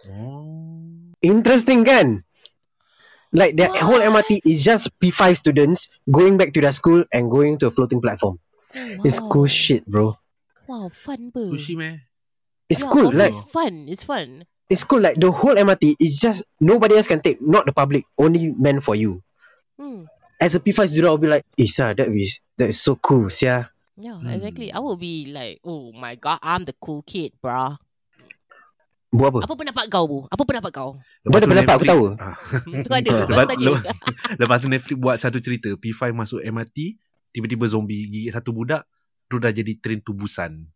Speaker 2: Oh.
Speaker 5: Interesting kan? Like the
Speaker 4: What?
Speaker 5: whole MRT is just P5 students going back to their school and going to a floating platform.
Speaker 4: Oh,
Speaker 5: It's cool shit, bro.
Speaker 4: Wow, fun ber.
Speaker 2: Sushi meh.
Speaker 5: It's cool. Like
Speaker 4: It's fun. It's fun.
Speaker 5: it's cool. Like the whole MRT is just nobody else can take. Not the public. Only meant for you.
Speaker 4: Hmm.
Speaker 5: As a P5 student, I'll be like, Isa, that is that is so cool, yeah.
Speaker 4: Yeah,
Speaker 2: Hmm.
Speaker 4: exactly. I will be like, oh my god, I'm the cool kid, bruh.
Speaker 5: Buat apa?
Speaker 4: Apa pendapat kau, bu? Apa pendapat kau?
Speaker 5: Dia ada pendapat, aku
Speaker 2: Netflix-
Speaker 5: tahu.
Speaker 2: Ah.
Speaker 4: Hmm, Tu ada.
Speaker 5: Bruh.
Speaker 4: baru
Speaker 2: Lepas,
Speaker 4: tadi.
Speaker 2: le, lepas tu Netflix buat satu cerita P5 masuk MRT Tiba-tiba zombie gigit satu budak Tu dah jadi train to Busan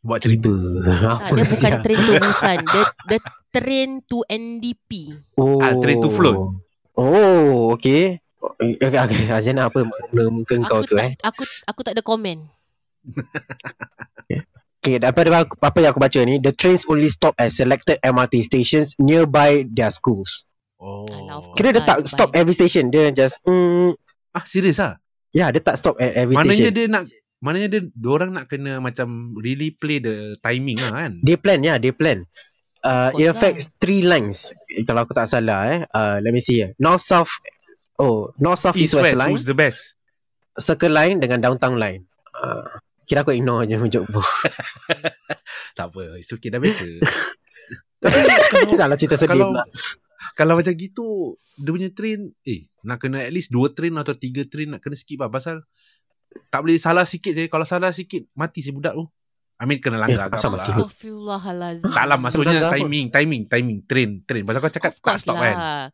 Speaker 2: Buat cerita
Speaker 5: Tiba.
Speaker 4: Tak,
Speaker 5: Apa
Speaker 4: dia bukan
Speaker 5: sia?
Speaker 4: train to Busan. Dia, dia train to NDP.
Speaker 5: Oh.
Speaker 2: Ah, train to float.
Speaker 5: Oh, okay. Okay, okay. Azena apa makna muka kau
Speaker 4: aku
Speaker 5: tu
Speaker 4: tak,
Speaker 5: eh?
Speaker 4: Aku aku tak ada komen.
Speaker 5: Okay, daripada aku- apa yang aku baca ni, the trains only stop at selected MRT stations nearby their schools.
Speaker 2: Oh
Speaker 4: Alah, of course.
Speaker 5: Kira dia
Speaker 4: Ah,
Speaker 5: tak
Speaker 4: nearby.
Speaker 5: stop every station. Dia just, mm,
Speaker 2: Ah serius ah?
Speaker 5: ya, yeah, dia tak stop at every
Speaker 2: Maknanya
Speaker 5: station.
Speaker 2: dia nak Maknanya dia Diorang nak kena macam Really play the timing lah kan
Speaker 5: They plan, yeah, they plan.
Speaker 4: Of
Speaker 5: Uh,
Speaker 4: course lah.
Speaker 5: it affects three lines. Eh, Kalau aku tak salah eh. Uh, let me see. eh. North, south, oh, north, south, east, west, line.
Speaker 2: Who's the best?
Speaker 5: Circle line dengan downtown line. Uh, kira aku ignore je mujuk.
Speaker 2: Tak apa It's okay dah biasa
Speaker 5: Salah cerita sedih
Speaker 2: kalau
Speaker 5: pula.
Speaker 2: kalau macam gitu dia punya train eh nak kena at least dua train atau tiga train nak kena skip lah pasal tak boleh salah sikit je kalau salah sikit mati si budak tu I mean kena langgar eh,
Speaker 5: Eh,
Speaker 2: agak
Speaker 5: asal
Speaker 2: apa lah.
Speaker 5: mati?
Speaker 4: Astaghfirullahalazim.
Speaker 2: tak lah maksudnya
Speaker 5: Langgar apa?
Speaker 2: timing timing timing train train pasal kau cakap
Speaker 4: Of
Speaker 2: tak
Speaker 4: course
Speaker 2: stop kan
Speaker 4: lah.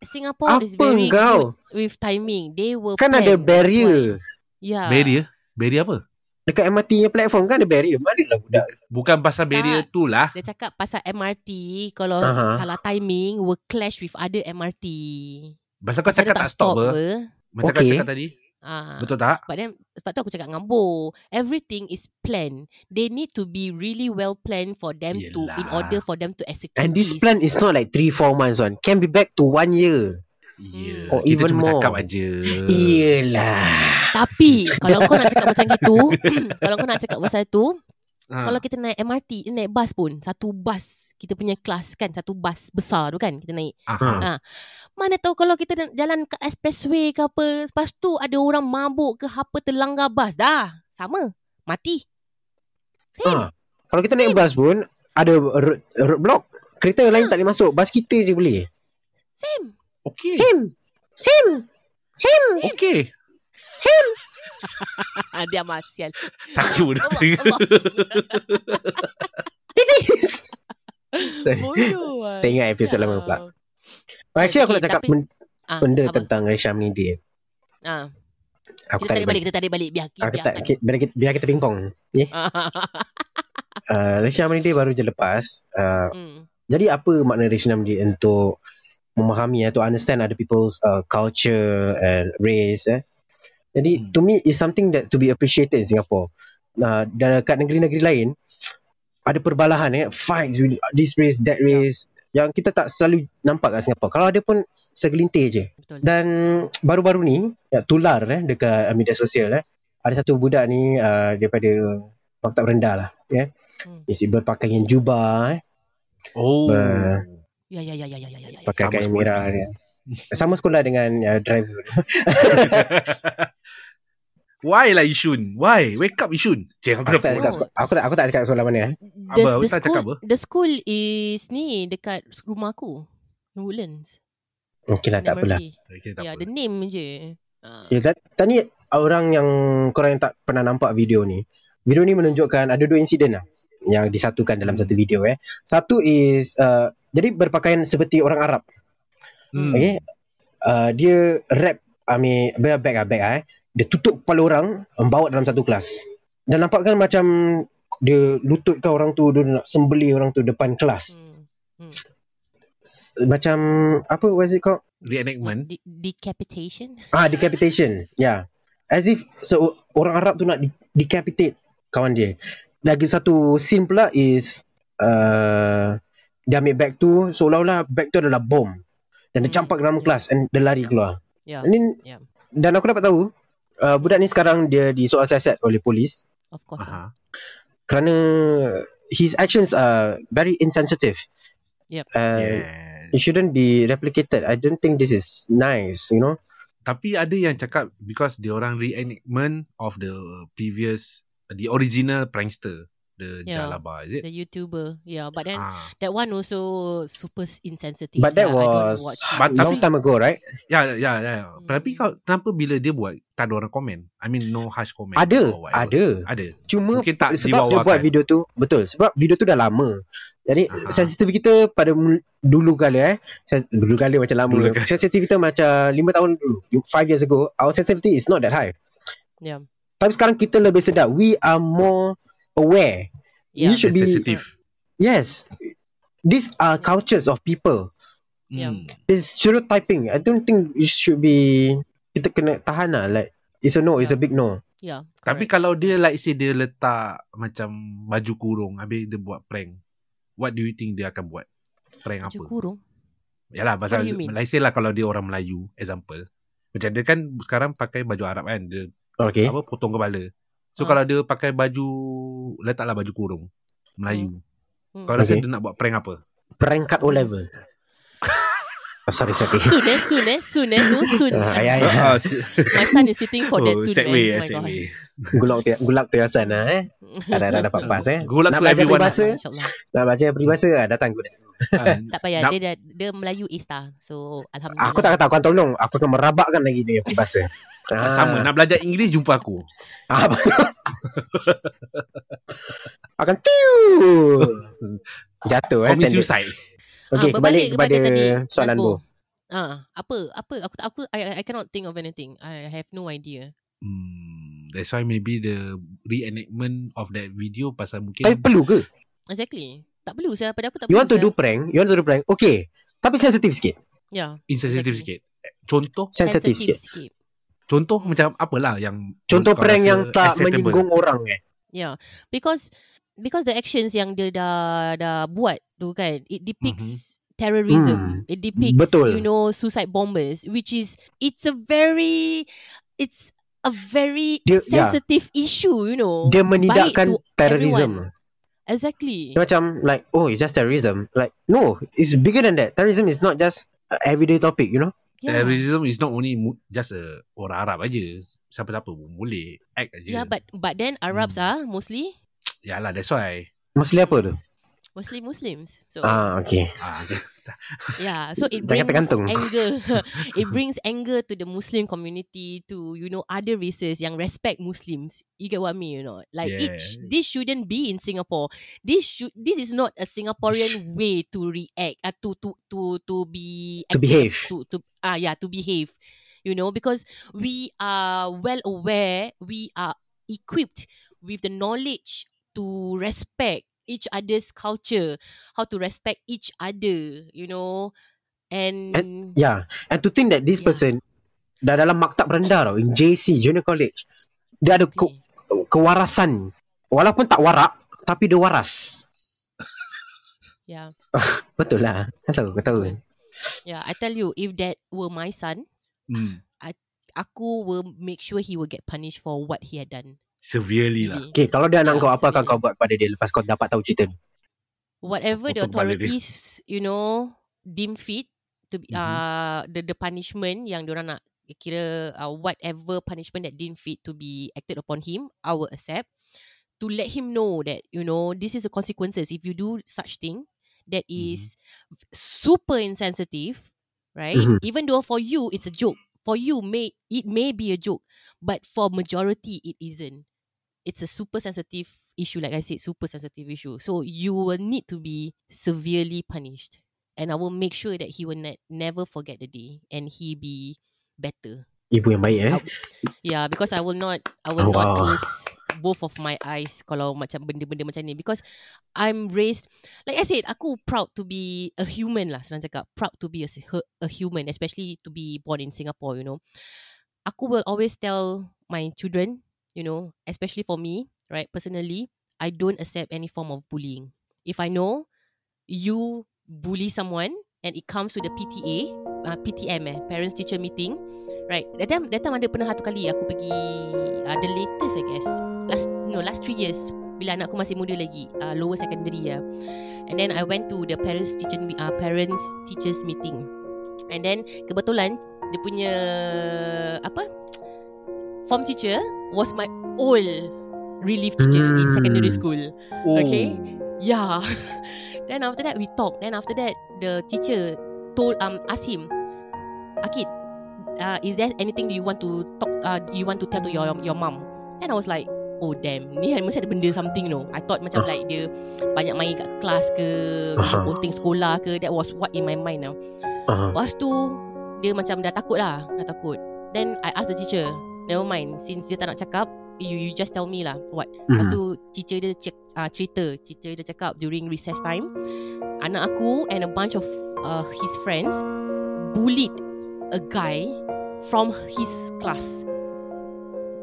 Speaker 4: Singapore is
Speaker 5: Apa
Speaker 4: very
Speaker 5: kau?
Speaker 4: good with timing. They were
Speaker 5: Kan ada barrier.
Speaker 4: Yeah.
Speaker 2: barrier barrier apa
Speaker 5: Dekat MRT punya platform kan ada barrier. Mana lah budak.
Speaker 2: bukan pasal barrier tu lah
Speaker 4: Dia cakap pasal MRT kalau
Speaker 5: Aha.
Speaker 4: salah timing will clash with other MRT.
Speaker 2: pasal kau cakap
Speaker 4: Dia
Speaker 2: tak stop apa
Speaker 4: ber.
Speaker 2: macam kau
Speaker 5: Okay.
Speaker 2: cakap tadi
Speaker 4: Ah.
Speaker 2: betul tak
Speaker 4: But then sebab tu aku cakap dengan Bo, everything is planned. They need to be really well planned for them to in
Speaker 2: Yelah.
Speaker 4: order for them to execute.
Speaker 5: And this plan is not like 3-4 months one. Can be back to 1 year.
Speaker 2: Ya kita
Speaker 5: Or Oh, even
Speaker 2: cuma
Speaker 5: more.
Speaker 2: cakap aja
Speaker 5: Iyalah.
Speaker 4: tapi kalau kau nak cakap macam gitu, kalau kau nak cakap pasal tu,
Speaker 2: ha.
Speaker 4: kalau kita naik MRT, naik bas pun, satu bas kita punya kelas kan, satu bas besar tu kan kita naik.
Speaker 2: Aha.
Speaker 4: Ah. Mana tahu kalau kita dan- jalan kat expressway ke apa, lepas tu ada orang mabuk ke apa terlanggar bas. Dah, sama. Mati. Same.
Speaker 5: Ha. Kalau kita naik bas pun ada road, roadblock. Kereta lain tak boleh masuk. Bas kita je boleh.
Speaker 4: Same.
Speaker 2: okey
Speaker 5: Same. Same. Same.
Speaker 2: okey
Speaker 4: Ah, Dia masial.
Speaker 2: sakit budak tengah
Speaker 5: Tipis.
Speaker 4: Bodoh lah.
Speaker 5: Teringat episod
Speaker 4: Sial.
Speaker 5: lama pula. Actually aku
Speaker 4: Okay,
Speaker 5: nak cakap
Speaker 4: tapi-
Speaker 5: men-
Speaker 4: Ah,
Speaker 5: benda
Speaker 4: apa?
Speaker 5: tentang Risham ni dia.
Speaker 4: Ah,
Speaker 5: Aku
Speaker 4: kita
Speaker 5: tak
Speaker 4: tarik balik, kita tarik balik. Biar kita.
Speaker 5: Aku tak, ki- biar kita, biar kita pingpong. Uh, Risham ni dia baru je lepas. Uh,
Speaker 4: hmm.
Speaker 5: Jadi apa makna racism dia untuk memahami atau understand other people's uh, culture and race eh. Jadi
Speaker 2: Hmm.
Speaker 5: to me is something that to be appreciated in Singapore. Nah, dan kat negeri-negeri lain ada perbalahan eh fights with this race that race yang kita tak selalu nampak kat Singapore. Kalau ada pun segelintir je.
Speaker 4: Betul.
Speaker 5: Dan baru-baru ni ya, tular eh dekat media sosial eh ada satu budak ni uh, daripada maktab rendah lah ya. Yeah.
Speaker 4: Hmm.
Speaker 5: Isi berpakaian jubah eh
Speaker 2: oh
Speaker 5: Uh,
Speaker 4: Ya, ya, ya, ya, ya, ya, ya. ya.
Speaker 2: Sama
Speaker 5: pakai kain
Speaker 2: sekolah.
Speaker 5: merah dia. Sama sekolah dengan uh, driver.
Speaker 2: Why lah Ishun? Why? Wake up Ishun. Cik aku dah
Speaker 5: Aku tak
Speaker 2: pukul.
Speaker 5: cakap sekol- aku tak aku tak cakap sekolah mana eh.
Speaker 4: The,
Speaker 2: Apa? Awak tak
Speaker 4: the, school,
Speaker 2: cakap apa?
Speaker 4: the school is ni dekat rumah aku. In Woodlands.
Speaker 5: Okey lah
Speaker 4: Naik
Speaker 5: tak apalah.
Speaker 4: MRT.
Speaker 2: Okay, tak
Speaker 4: Ya,
Speaker 2: apa.
Speaker 4: the name je. Ah.
Speaker 5: Ya tak, tadi orang yang korang yang tak pernah nampak video ni. Video ni menunjukkan ada dua insiden lah yang disatukan dalam satu
Speaker 2: Hmm.
Speaker 5: video eh. Satu is uh, jadi berpakaian seperti orang Arab.
Speaker 2: Hmm.
Speaker 5: Okay. Uh, dia wrap ambil bag bag ah bag ah. Eh. Dia tutup kepala orang membawa dalam satu kelas. Dan nampak kan macam dia lututkan orang tu dia nak sembelih orang tu depan kelas.
Speaker 4: Hmm.
Speaker 5: s- macam apa was it called
Speaker 2: reenactment
Speaker 4: De- decapitation.
Speaker 5: Ah, decapitation. Yeah. As if so orang Arab tu nak de- decapitate kawan dia. Lagi satu scene pula is uh, dia ambil beg tu seolah-olah beg tu adalah bom.
Speaker 4: Hmm.
Speaker 5: Dan dia
Speaker 4: Ya.
Speaker 5: campak ke dalam kelas and dia lari keluar.
Speaker 4: Yeah.
Speaker 5: And then,
Speaker 4: Yeah.
Speaker 5: dan aku dapat tahu uh, budak ni sekarang dia disoal siasat oleh polis
Speaker 4: Of course.
Speaker 2: Aha.
Speaker 4: Uh-huh.
Speaker 5: kerana his actions are very insensitive.
Speaker 4: Yep.
Speaker 5: Uh,
Speaker 2: Yeah.
Speaker 5: It shouldn't be replicated. I don't think this is nice, you know.
Speaker 2: Tapi ada yang cakap because dia orang reenactment of the previous the original prankster the
Speaker 4: Yeah.
Speaker 2: Jalaba is it?
Speaker 4: The YouTuber. Yeah, but Ya. then
Speaker 2: Ah.
Speaker 4: that one also super insensitive.
Speaker 5: But that
Speaker 4: so I don't
Speaker 5: was
Speaker 4: watch it.
Speaker 2: But
Speaker 5: long
Speaker 2: tapi-
Speaker 5: time ago, right?
Speaker 2: Ya ya ya.
Speaker 4: Hmm.
Speaker 2: Tapi kau kenapa bila dia buat tak ada orang komen? I mean no harsh comment.
Speaker 5: Ada,
Speaker 2: or whatever.
Speaker 5: ada.
Speaker 2: Ada.
Speaker 5: Cuma
Speaker 2: Mungkin tak kan?
Speaker 5: sebab dia
Speaker 2: diwawakan.
Speaker 5: buat video tu betul sebab video tu dah lama. Jadi
Speaker 2: Aha.
Speaker 5: sensitif kita pada mul- dulu kala eh sen- dulu kala macam lama.
Speaker 2: Dulu kala.
Speaker 5: Sensitif kita macam 5 tahun dulu, 5 years ago, our sensitivity is not that high.
Speaker 4: Yeah.
Speaker 5: Tapi sekarang kita lebih sedar. We are more aware.
Speaker 4: Yeah.
Speaker 5: You should be
Speaker 2: sensitive.
Speaker 5: Yes. These are cultures of people.
Speaker 4: Yeah.
Speaker 2: Hmm.
Speaker 5: This stereotyping. I don't think it should be kita kena tahan lah like it's a no, it's a big no.
Speaker 4: Yeah.
Speaker 2: Tapi
Speaker 4: correct.
Speaker 2: kalau dia like say dia letak macam baju kurung habis dia buat prank. What do you think dia akan buat? Prank
Speaker 4: Baju
Speaker 2: apa?
Speaker 4: kurung.
Speaker 2: Yalah pasal
Speaker 4: What do you mean?
Speaker 2: like say lah kalau dia orang Melayu example. Macam dia kan sekarang pakai baju Arab kan. Dia
Speaker 5: Okay.
Speaker 2: apa potong kepala. So
Speaker 4: Ah.
Speaker 2: kalau dia pakai baju letaklah baju kurung Melayu.
Speaker 4: Hmm.
Speaker 2: Kau rasa
Speaker 5: Okay.
Speaker 2: dia nak buat prank apa?
Speaker 5: Perangkat O level. oh, sorry sorry.
Speaker 4: Soon eh, soon eh, soon eh, no, soon.
Speaker 5: Ah, ya. ayah, ayah.
Speaker 2: Ah, se-
Speaker 4: My son is sitting for that
Speaker 2: oh,
Speaker 4: soon.
Speaker 2: segue, eh,
Speaker 4: eh. My God.
Speaker 2: segue.
Speaker 5: Gulak tu gulak tu Hasan lah eh. Ada ada dapat pas eh.
Speaker 2: Good luck to
Speaker 5: nak belajar
Speaker 2: everyone.
Speaker 5: peribahasa,
Speaker 4: InsyaAllah.
Speaker 5: nak belajar peribahasa ah datang aku.
Speaker 2: Ah,
Speaker 4: Tak payah.
Speaker 2: Nak-
Speaker 4: Dia, dah, dia Melayu Ista. So, Alhamdulillah.
Speaker 5: Aku tak kata aku akan tolong, aku akan merabakkan lagi dia peribahasa. Ah,
Speaker 2: ah, sama nak belajar Inggeris jumpa aku.
Speaker 5: Apa? akan tiu. Jatuh eh.
Speaker 2: Commit
Speaker 5: standard.
Speaker 2: suicide.
Speaker 4: Ah,
Speaker 5: Okey, kembali
Speaker 4: berbalik
Speaker 5: kepada,
Speaker 4: tadi,
Speaker 5: soalan
Speaker 4: Hasbo.
Speaker 5: Bo.
Speaker 4: Ah, apa apa aku tak- aku I, I cannot think of anything. I have no idea.
Speaker 2: Hmm, that's why maybe the reenactment of that video pasal mungkin
Speaker 5: Tapi perlu ke?
Speaker 4: Exactly. Tak perlu saya pada aku tak
Speaker 5: You
Speaker 4: perlu.
Speaker 5: want to do prank? You want to do prank? Okay. Tapi sensitif sikit.
Speaker 4: yeah,
Speaker 2: insensitive
Speaker 4: Exactly.
Speaker 2: sikit. Eh, Contoh
Speaker 5: Sensitif sikit.
Speaker 4: sikit.
Speaker 2: contoh macam apalah yang
Speaker 5: Contoh
Speaker 2: kau
Speaker 5: prank
Speaker 2: rasa
Speaker 5: yang tak
Speaker 2: acceptable.
Speaker 5: menyinggung orang eh.
Speaker 4: Yeah. Because because the actions yang dia dah dah buat tu kan, it depicts terrorism. It depicts
Speaker 5: Mm-hmm. Hmm. Betul.
Speaker 4: you know suicide bombers which is it's a very it's a very
Speaker 5: Dia- ya.
Speaker 4: sensitive issue, you know.
Speaker 5: Dia menidakkan
Speaker 4: to
Speaker 5: terorism.
Speaker 4: Exactly.
Speaker 5: Dia macam like, oh it's just terrorism. Like, no. It's bigger than that. Terrorism is not just a everyday topic, you know?
Speaker 4: Yeah.
Speaker 2: Terrorism is not only mu- just a orang Arab aja. Siapa-siapa pun boleh act aja.
Speaker 4: Yeah, Ya, but but then Arabs
Speaker 2: Hmm.
Speaker 4: are mostly
Speaker 2: Yalah, that's why.
Speaker 5: Mostly apa tu?
Speaker 4: mostly Muslims. So
Speaker 5: Ah, okay.
Speaker 2: Ah,
Speaker 4: Yeah, so it
Speaker 5: Jangan
Speaker 4: brings
Speaker 5: tergantung.
Speaker 4: anger. it brings anger to the Muslim community, to you know other races yang respect Muslims. You get what I mean, you know? Like it, sh-
Speaker 2: Yeah.
Speaker 4: this shouldn't be in Singapore. This should this is not a Singaporean way to react, uh, to to to to be
Speaker 5: To
Speaker 4: active,
Speaker 5: behave.
Speaker 4: to to ah yeah to behave, you know, because we are well aware, we are equipped with the knowledge to respect each other's culture, how to respect each other, you know, and,
Speaker 5: Yeah. And to think that this
Speaker 4: Yeah.
Speaker 5: person dah dalam maktab rendah tau. In JC, junior college. Dia ada ke-
Speaker 4: Exactly.
Speaker 5: kewarasan. Walaupun tak warak, tapi dia waras.
Speaker 4: yeah,
Speaker 5: Betul lah. Asal aku tahu.
Speaker 4: Betul. yeah. I tell you, if that were my son,
Speaker 2: hmm.
Speaker 4: aku will make sure he will get punished for what he had done.
Speaker 2: Severely lah.
Speaker 4: Really.
Speaker 5: Okay, kalau dia
Speaker 4: Ya,
Speaker 5: anak kau, apa akan
Speaker 4: sedih.
Speaker 5: kau buat pada dia lepas kau dapat tahu cerita ni?
Speaker 4: Whatever the
Speaker 2: Potong kepala dia.
Speaker 4: authorities, you know, deem fit to be,
Speaker 2: Mhm.
Speaker 4: uh, the the punishment yang diorang nak kira uh, whatever punishment that deem fit to be acted upon him, I will accept. to let him know that you know this is the consequences if you do such thing that
Speaker 2: Mhm.
Speaker 4: is super insensitive right
Speaker 5: Mhm.
Speaker 4: even though for you it's a joke for you may it may be a joke but for majority it isn't it's a super sensitive issue like i said super sensitive issue so you will need to be severely punished and i will make sure that he will ne- never forget the day and he be better
Speaker 5: Ibu yang baik eh.
Speaker 4: Ab- yeah because i will not i will not
Speaker 5: Wow.
Speaker 4: close both of my eyes kalau macam benda-benda macam ni because I'm raised like I said aku proud to be a human lah senang cakap proud to be a, a human especially to be born in Singapore you know aku will always tell my children you know especially for me right personally I don't accept any form of bullying if I know you bully someone and it comes to the PTA uh, PTM eh parents teacher meeting right that time that time ada pernah satu kali aku pergi uh, the latest I guess last no last three years bila anak aku masih muda lagi uh, lower secondary ya and then I went to the parents teacher uh, parents teachers meeting and then kebetulan dia punya apa form teacher was my old relief teacher in secondary school
Speaker 2: Oh.
Speaker 4: Okay. Yeah. Ya. then after that we talk. Then after that the teacher told um asked him, Akid, uh, is there anything you want to talk uh, you want to tell to your your mum? Then I was like, oh damn, ni kan mesti ada benda something no. I thought macam like dia banyak main kat kelas ke,
Speaker 5: Aha.
Speaker 4: poting sekolah ke. That was what in my mind now.
Speaker 5: Ah,
Speaker 4: Lepas tu Dia macam dah takut lah Dah takut Then I ask the teacher Never mind Since dia tak nak cakap You you just tell me lah What
Speaker 5: Mhm. hmm.
Speaker 4: Lepas tu teacher dia cek, uh, cerita Teacher dia cakap During recess time Anak aku And a bunch of uh, His friends Bullied A guy From his class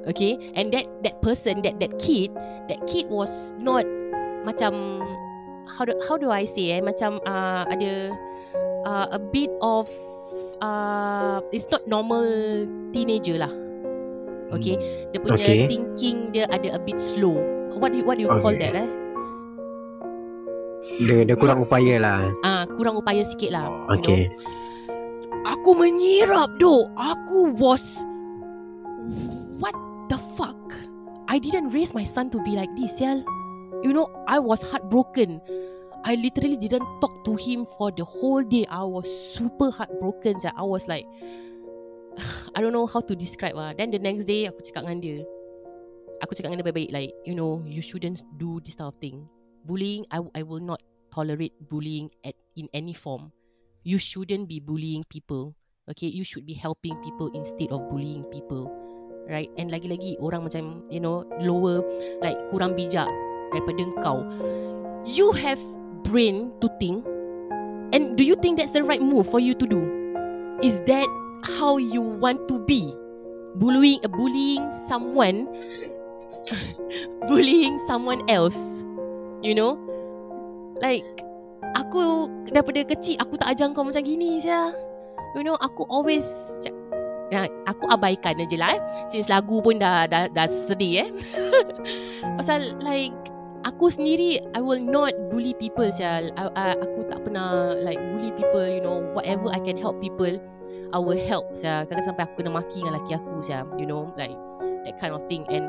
Speaker 4: Okay And that that person That that kid That kid was not Macam How do, how do I say eh Macam uh, Ada uh, a bit of uh, it's not normal teenager lah. Okay, dia punya
Speaker 5: Okay.
Speaker 4: thinking dia ada a bit slow. What do you, what do you call
Speaker 5: Okay.
Speaker 4: that eh?
Speaker 5: dia, dia kurang upaya lah.
Speaker 4: Ah, uh, kurang upaya sikit lah. you know.
Speaker 5: Oh, Okay.
Speaker 4: Aku menyirap doh. Aku was What the fuck? I didn't raise my son to be like this, yal. You know, I was heartbroken. I literally didn't talk to him for the whole day. I was super heartbroken. Sia. I was like I don't know how to describe ah. Then the next day aku cakap dengan dia. Aku cakap dengan dia baik-baik like, you know, you shouldn't do this type of thing. Bullying, I I will not tolerate bullying at in any form. You shouldn't be bullying people. Okay, you should be helping people instead of bullying people. Right? And lagi-lagi orang macam you know, lower like kurang bijak daripada kau. You have brain to think. And do you think that's the right move for you to do? Is that how you want to be? Bullying uh, bullying someone bullying someone else. You know? Like aku daripada kecil aku tak ajar kau macam gini saja. You know, aku always cak- Nah, aku abaikan je lah eh. Since lagu pun dah dah, dah sedih eh. Pasal like aku sendiri I will not bully people sial. I, I, aku tak pernah like bully people, you know, whatever I can help people, I will help sial. Kadang sampai aku kena maki dengan laki aku sial, you know, like that kind of thing and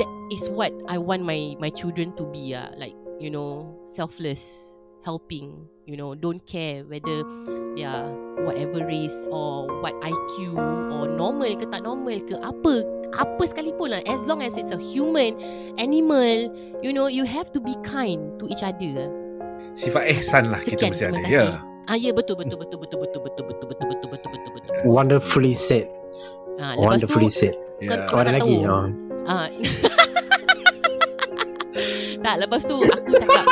Speaker 4: that is what I want my my children to be ah, like you know, selfless, helping, you know, don't care whether they are whatever race or what IQ or normal ke tak normal ke apa apa sekalipun lah as long as it's a human animal you know you have to be kind to each other
Speaker 2: Sifat ihsan lah kita
Speaker 4: sekian
Speaker 2: mesti ada.
Speaker 4: terima
Speaker 2: Ya.
Speaker 4: kasih ah ya betul betul betul betul betul betul betul betul betul betul betul betul
Speaker 5: Wonderfully said.
Speaker 4: ah lepas tu
Speaker 5: Wonderfully said.
Speaker 2: Ya.
Speaker 4: Kau-
Speaker 5: Oh, ada
Speaker 4: nak
Speaker 5: lagi.
Speaker 4: tahu?
Speaker 5: Oh.
Speaker 4: ah tak lepas tu aku cakap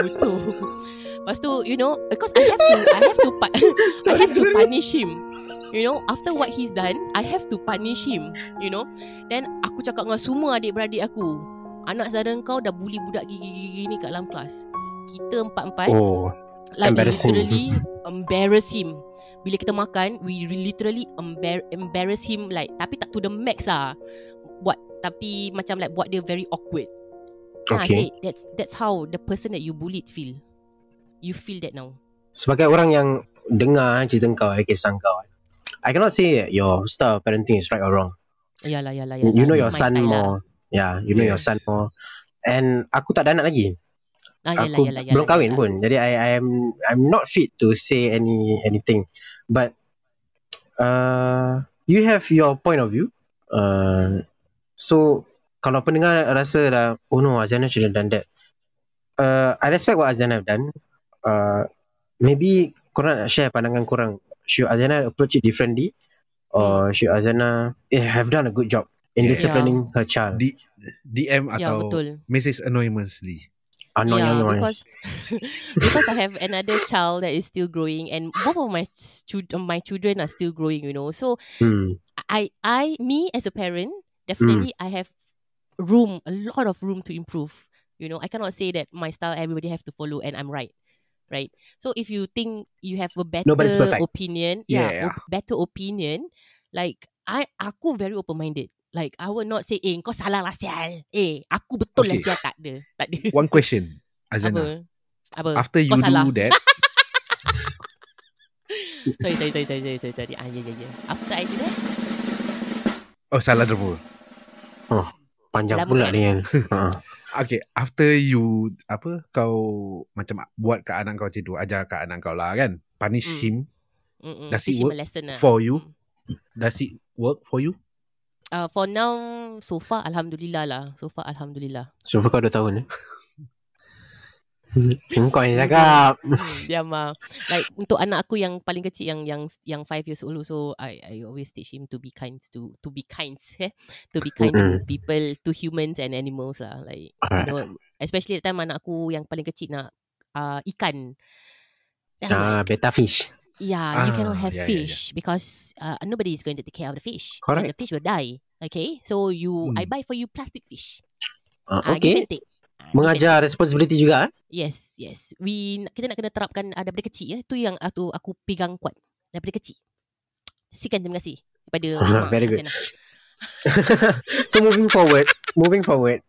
Speaker 4: betul lepas tu you know because I have to I have to pa- I have to punish him. You know, after what he's done, I have to punish him. You know, then aku cakap dengan semua adik-beradik aku. Anak saudara kau dah bully budak gigi-gigi ni kat dalam kelas. Kita empat-empat
Speaker 5: Oh,
Speaker 4: like
Speaker 5: Embarrassing.
Speaker 4: literally embarrass him. Bila kita makan, we literally embar- embarrass him like tapi tak to the max ah. Buat tapi macam like buat dia very awkward. Nah, see,
Speaker 5: Okay.
Speaker 4: that's that's how the person that you bullied feel. You feel that now.
Speaker 5: sebagai orang yang dengar cerita kau, eh, kisah kau. eh, I cannot say your style of parenting is right or wrong.
Speaker 4: Yalah, yalah, yalah.
Speaker 5: You know your
Speaker 4: It's my
Speaker 5: son
Speaker 4: style lah.
Speaker 5: more. Yeah, you know your
Speaker 2: Yes.
Speaker 5: son more. And aku tak ada anak lagi.
Speaker 4: Ah, yalah,
Speaker 5: aku
Speaker 4: yalah, yalah,
Speaker 5: belum kahwin
Speaker 4: yalah.
Speaker 5: pun jadi I I am I'm not fit to say any anything but uh, you have your point of view uh, so kalau pendengar rasa dah oh no Azana should have done that uh, I respect what Azana have done uh, maybe korang nak share pandangan
Speaker 4: Hmm.
Speaker 5: korang should Azana approach it differently or should Azana eh, have done a good job in
Speaker 2: Yeah.
Speaker 5: disciplining her child.
Speaker 2: D, DM atau
Speaker 4: Ya betul
Speaker 2: message anonymously.
Speaker 5: Annoying,
Speaker 4: yeah,
Speaker 5: annoying.
Speaker 4: because because I have another child that is still growing, and both of my children, my children are still growing. You know, so
Speaker 5: Hmm.
Speaker 4: I, I, me as a parent, definitely
Speaker 2: Mm.
Speaker 4: I have room, a lot of room to improve. You know, I cannot say that my style everybody have to follow, and I'm right, right. So if you think you have a better
Speaker 5: Nobody's perfect.
Speaker 4: opinion,
Speaker 2: Yeah.
Speaker 4: op- better opinion, like I, aku very open minded. Like I will not say, eh, kau salah lah sial. Eh, aku betul lah
Speaker 2: Okay.
Speaker 4: sial. Tak ada, tak ada.
Speaker 2: One question, Azana.
Speaker 4: Apa? Apa?
Speaker 2: After you
Speaker 4: Kau salah.
Speaker 2: do that,
Speaker 4: sorry, sorry, sorry, sorry, sorry, sorry, sorry. Ah, yeah, yeah, yeah. After I do that,
Speaker 2: oh salah derma.
Speaker 5: Panjang
Speaker 4: Lama
Speaker 5: pula
Speaker 4: sangat.
Speaker 5: ni kan. Ha.
Speaker 2: Okay, after you apa kau macam buat kat anak kau macam tu, ajar kat anak kau lah kan. Punish
Speaker 4: Mm.
Speaker 2: him
Speaker 4: mm-mm,
Speaker 2: Does
Speaker 4: teach
Speaker 2: it
Speaker 4: him a
Speaker 2: work
Speaker 4: lesson lah.
Speaker 2: for you. Does it work for you?
Speaker 4: Uh, for now, so far, Alhamdulillah lah. So far, Alhamdulillah.
Speaker 5: So far kau 2 tahun eh? Hmm, Kau yang cakap
Speaker 4: Hmm, Diam lah. Like, untuk anak aku yang paling kecil, yang yang yang five years old, so I I always teach him to be kind to to be kind, eh? to be kind to people, to humans and animals lah. Like, you
Speaker 5: Alright.
Speaker 4: know, especially that time anak aku yang paling kecil nak uh, ikan. Then I'm like,
Speaker 5: Ah, beta fish
Speaker 4: Yeah, you cannot
Speaker 2: Ah,
Speaker 4: have
Speaker 2: yeah, yeah, yeah.
Speaker 4: fish because uh, nobody is going to take care of the fish.
Speaker 5: Correct.
Speaker 4: And the fish will die. Okay, so you, I
Speaker 2: Hmm.
Speaker 4: buy for you plastic fish.
Speaker 5: ah,
Speaker 4: Ah, give and take. Ah, give
Speaker 5: Okay
Speaker 4: and take.
Speaker 5: Mengajar responsibility juga eh?
Speaker 4: Yes, yes. We kita nak kena terapkan uh, daripada kecil ya. Tu yang uh, tu aku pegang kuat daripada kecil. Sekian terima kasih kepada mak Kak
Speaker 5: Very good.
Speaker 4: Zainal.
Speaker 5: So moving forward Moving forward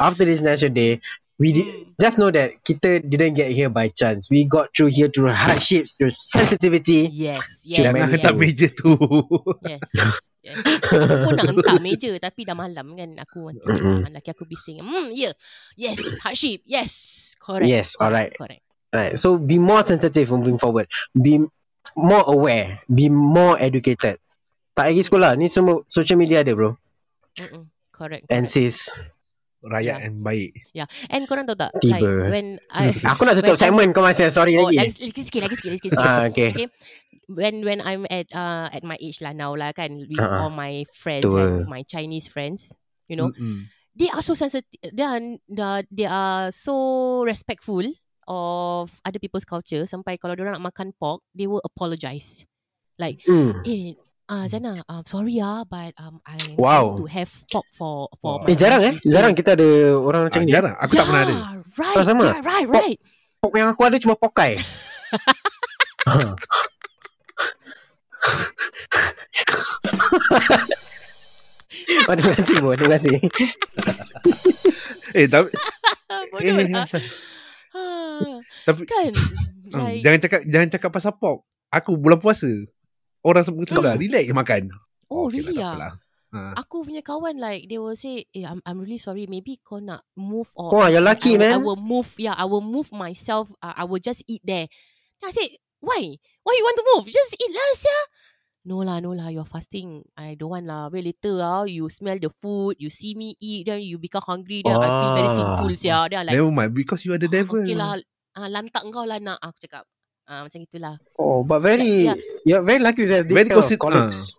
Speaker 5: After this National Day We did,
Speaker 4: Hmm.
Speaker 5: just know that Kita didn't get here by chance We got through here Through hardships Through sensitivity
Speaker 4: Yes, yes.
Speaker 5: Jangan
Speaker 2: Jangan
Speaker 4: yes,
Speaker 2: hentak meja tu.
Speaker 4: Yes. Yes. Aku pun nak hentak meja tapi dah malam kan aku nanti
Speaker 5: Mm-mm.
Speaker 4: malam laki aku bising. Hmm, yeah. Yes, hardship. Yes. Correct.
Speaker 5: Yes,
Speaker 4: correct,
Speaker 5: alright.
Speaker 4: Correct.
Speaker 5: Right. So be more sensitive moving forward. Be more aware. Be more educated. Tak lagi sekolah. Ni semua social media ada bro.
Speaker 4: Mm-mm, correct.
Speaker 5: And
Speaker 4: correct.
Speaker 5: sis.
Speaker 2: Rakyat
Speaker 4: Yeah.
Speaker 2: yang baik.
Speaker 4: And korang tahu tak?
Speaker 5: Tiba.
Speaker 4: Like when I
Speaker 5: Aku nak tutup
Speaker 4: Macam-
Speaker 5: segmen kau masih. Sorry
Speaker 4: oh,
Speaker 5: lagi.
Speaker 4: lagi lagi sikit lagi sikit lagi sikit.
Speaker 5: Ah, okay.
Speaker 4: When when I'm at uh, at my age lah now lah kan with
Speaker 5: Ah, ah.
Speaker 4: all my friends
Speaker 5: Tua.
Speaker 4: kan, my Chinese friends, you know,
Speaker 2: Mm-mm.
Speaker 4: they are so sensitive they are, they are, they are so respectful of other people's culture sampai kalau dia nak makan pork, they will apologize.
Speaker 5: Hmm.
Speaker 4: Eh, ah Jana, um, sorry ah, but um, I
Speaker 5: Wow.
Speaker 4: to have pork for for
Speaker 2: Wow.
Speaker 4: my
Speaker 5: Eh jarang eh.
Speaker 4: family.
Speaker 5: Jarang kita ada orang macam
Speaker 2: Ah,
Speaker 5: ni.
Speaker 2: jarang. Aku tak pernah ada.
Speaker 4: Right,
Speaker 5: Oh, sama?
Speaker 4: yeah, right, right.
Speaker 5: Pok yang aku ada cuma pokai. Ha. oh, terima kasih bro. Terima kasih.
Speaker 2: Eh, tapi, eh,
Speaker 4: Bodoh lah.
Speaker 2: tapi
Speaker 4: Kan
Speaker 2: Hmm,
Speaker 4: like,
Speaker 2: jangan cakap jangan cakap pasal pork. Aku bulan puasa. Orang sebut tu lah, relax je makan.
Speaker 4: Oh
Speaker 2: okay lah,
Speaker 4: really
Speaker 2: tak
Speaker 4: lah
Speaker 2: apalah. Ha.
Speaker 4: Aku punya kawan like They will say eh, I'm, I'm really sorry Maybe kau nak move or
Speaker 5: Wah, you're
Speaker 4: I-
Speaker 5: lucky,
Speaker 4: I, will- I
Speaker 5: man.
Speaker 4: will move Yeah I will move myself uh, I will just eat there Then I said Why? Why you want to move? Just eat lah sia No lah no lah You're fasting I don't want lah Wait later lah You smell the food You see me eat Then you become hungry Then I feel very
Speaker 5: Ah.
Speaker 4: sinful sia Then I like
Speaker 2: Never mind because you are the
Speaker 4: "Ah,
Speaker 2: devil.
Speaker 4: Okay lah uh, Lantak kau lah nak Aku cakap uh, Macam itulah
Speaker 5: Oh, but very,
Speaker 4: Yeah,
Speaker 5: you're very lucky to have this
Speaker 2: Very
Speaker 5: kind of
Speaker 2: consider-
Speaker 5: colleagues.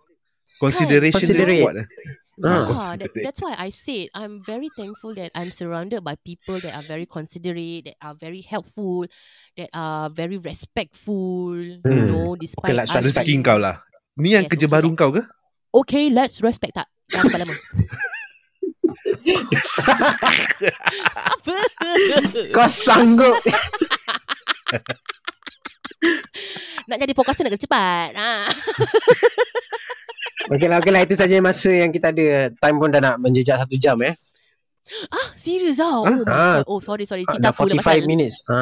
Speaker 2: Consideration dia
Speaker 5: Considerate.
Speaker 2: kuat. eh. Ah,
Speaker 4: Yeah, that,
Speaker 2: considerate.
Speaker 4: that's why I said I'm very thankful that I'm surrounded by people that are very considerate, that are very helpful, that are very respectful. You
Speaker 5: Hmm.
Speaker 4: know, despite
Speaker 5: Okay, let's
Speaker 4: us
Speaker 5: respect.
Speaker 2: Rezeki
Speaker 4: being-
Speaker 2: kau lah. Ni yang
Speaker 4: Yes,
Speaker 2: kerja
Speaker 4: okay
Speaker 2: baru
Speaker 4: lah.
Speaker 2: kau ke?
Speaker 4: Okay, let's respect tak. Dah dapat lama. Apa?
Speaker 5: Kau sanggup
Speaker 4: Nak jadi podcaster nak kena cepat. Ah.
Speaker 5: Okey lah, okey lah. Itu saja masa yang kita ada. Time pun dah nak menjejak satu jam eh.
Speaker 4: ah, serius ah. Oh,
Speaker 2: Ah,
Speaker 4: my
Speaker 5: ah.
Speaker 4: God. oh sorry sorry.
Speaker 5: Ah,
Speaker 4: Cinta
Speaker 5: dah
Speaker 4: aku
Speaker 5: 45
Speaker 4: dah pasal.
Speaker 5: minutes. Ha.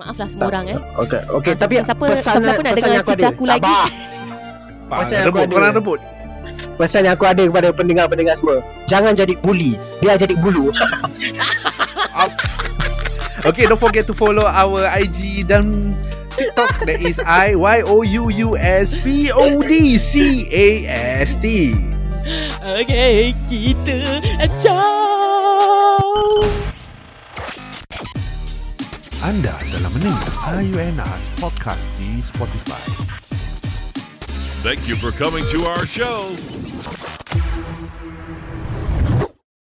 Speaker 4: Maaf lah semua orang eh.
Speaker 5: Okey, okey.
Speaker 4: Ah,
Speaker 5: Tapi
Speaker 4: siapa-
Speaker 5: pesan,
Speaker 4: siapa nak
Speaker 5: pesan
Speaker 4: dengar
Speaker 5: yang aku
Speaker 4: cerita
Speaker 5: ada.
Speaker 4: aku lagi?
Speaker 5: Sabar.
Speaker 2: Pa,
Speaker 5: Macam aku
Speaker 2: rebut,
Speaker 5: ada.
Speaker 2: korang rebut.
Speaker 5: Pesan yang aku ada kepada pendengar-pendengar semua. Jangan jadi bully. Biar jadi bulu.
Speaker 2: Okay, don't forget to follow our IG dan TikTok that is I Y O U U S P O D C A S T.
Speaker 4: Okay, kita ciao.
Speaker 2: Anda telah mendengar IUNR's podcast di Spotify.
Speaker 1: Thank you for coming to our show.